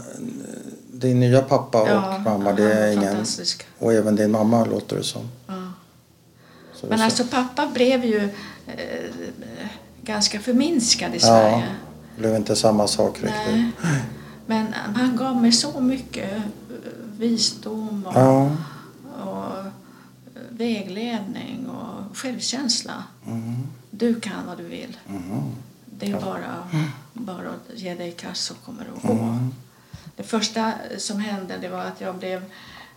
din nya pappa och
Ja,
mamma, det
han
är
är
ingen...
fantastisk.
Och även din mamma låter det som.
Ja.
Så det är
Men
så.
alltså pappa blev ju eh, ganska förminskad i
ja,
Sverige.
det blev inte samma sak riktigt.
Nej. Men han gav mig så mycket eh, visdom och,
Ja,
och eh, vägledning och självkänsla.
Mm.
Du kan vad du vill. Det är bara, bara att ge dig i kast så kommer du att gå.
Mm.
Det första som hände det var att jag blev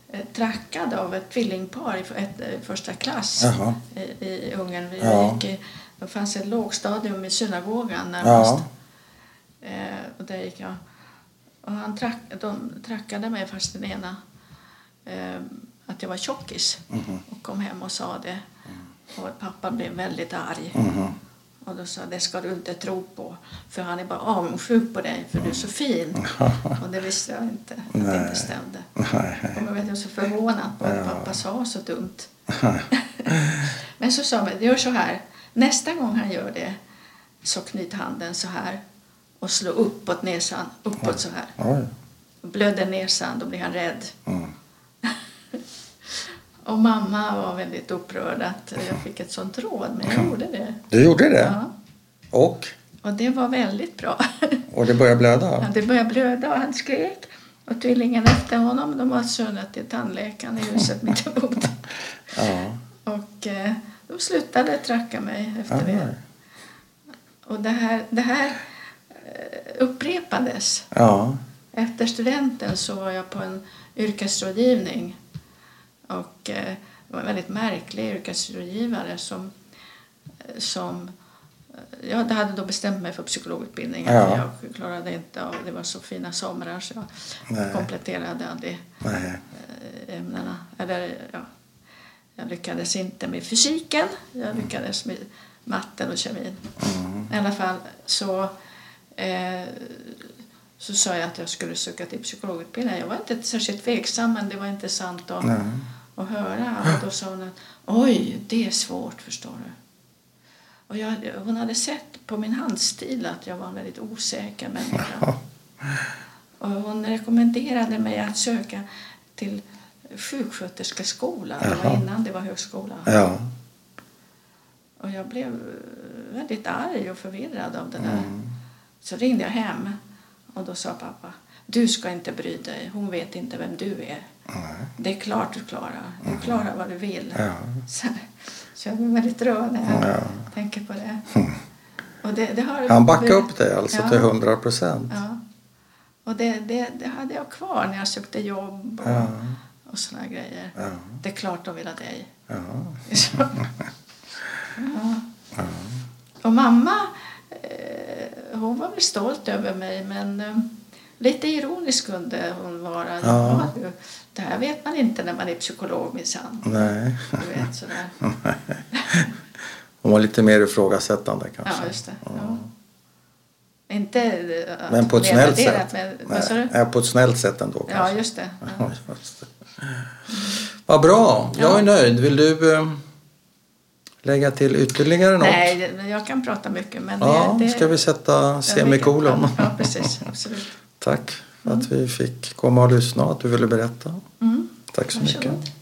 eh, trackad av ett tvillingpar i f- ett, eh, första klass
Jaha.
i, i Ungern. Vi
Ja.
gick i, det fanns ett lågstadium i synagogan närmast.
ja,
Eh, och där gick jag. Och han track, de trackade mig, fast den ena, eh, att jag var tjockis.
Mhm.
Och kom hem och sa det. Och pappa blev väldigt arg.
Mhm.
Och då sa jag, det ska du inte tro på. För han är bara avundsjuk på dig, för du är så fin. och det visste jag inte, att det
Mhm. Nej.
inte stämde.
nej.
Och jag blev så förvånad på att pappa sa så dumt. Men så sa han, gör så här. Nästa gång han gör det så knyt handen så här och slå uppåt näsan, uppåt så här.
Oj.
Blöder näsan, då blir han rädd.
Mm.
Och mamma var väldigt upprörd att jag fick ett sånt råd, men jag gjorde det.
Du gjorde det?
Ja.
Och?
Och det var väldigt bra.
Och det började
Ja,
blöda?
Det började blöda och han skrek. Och tvillingen efter honom, de har sönder till tandläkaren i huset mittemot.
Ja.
Och eh, de slutade tracka mig efter det.
Ja.
Och det här, det här eh, upprepades.
ja.
Efter studenten så var jag på en yrkesrådgivning. Och eh, det var en väldigt märklig yrkesrådgivare som... eh, som eh, jag hade då bestämt mig för psykologutbildningen.
Ja.
för Jag klarade inte av, det var så fina somrar så jag
Nej.
kompletterade aldrig
Nej.
eh, ämnena. Eller, ja, jag lyckades inte med fysiken, jag lyckades med matten och kemin. I alla fall så, eh, så sa jag att jag skulle söka till psykologutbildningen. Jag var inte särskilt tveksam men det var intressant att,
Nej.
att höra. Och då sa hon att oj, det är svårt förstår du. Och jag, hon hade sett på min handstil att jag var en väldigt osäker människa. Och hon rekommenderade mig att söka till sjuksköterskeskola. Det var
Jaha.
innan det var högskola.
Ja.
Och jag blev eh, väldigt arg och förvirrad av det där.
Mm.
Så ringde jag hem och då sa pappa du ska inte bry dig, hon vet inte vem du är.
Nej.
Det är klart du klarar, du klarar vad du vill.
Mm. Ja.
Så, så jag blir väldigt rörd när jag
Ja. Mm.
tänker på det. Och det, det har,
Han backade upp dig alltså
Ja.
till 100 procent?
Ja. Och det, det, det hade jag kvar när jag sökte jobb och,
Ja.
och såna grejer.
Ja.
Det är klart de vill ha dig.
Ja.
Så. ja. Och mamma, eh, hon var väl stolt över mig men eh, lite ironisk kunde hon vara. Ja. du, Det här vet man inte när man är psykolog minsann.
Nej.
Du vet sådär.
Hon var lite mer ifrågasättande kanske.
Ja, just det. Ja. Inte eh,
Men på ett snällt
nedvärderat,
sätt.
Men, vad sa
Nej,
du?
ja, på ett snällt sätt ändå
Ja,
kanske.
just det. Ja.
Ja, just det. Vad bra, jag är nöjd. Vill du eh, lägga till ytterligare något?
Nej, det- men jag kan prata mycket. Men
Ja,
det, det,
ska vi sätta semikolon?
Ja, precis. Absolut.
Tack för att vi fick komma och lyssna och att du ville berätta. Tack så mycket.
Mm. Varsågod.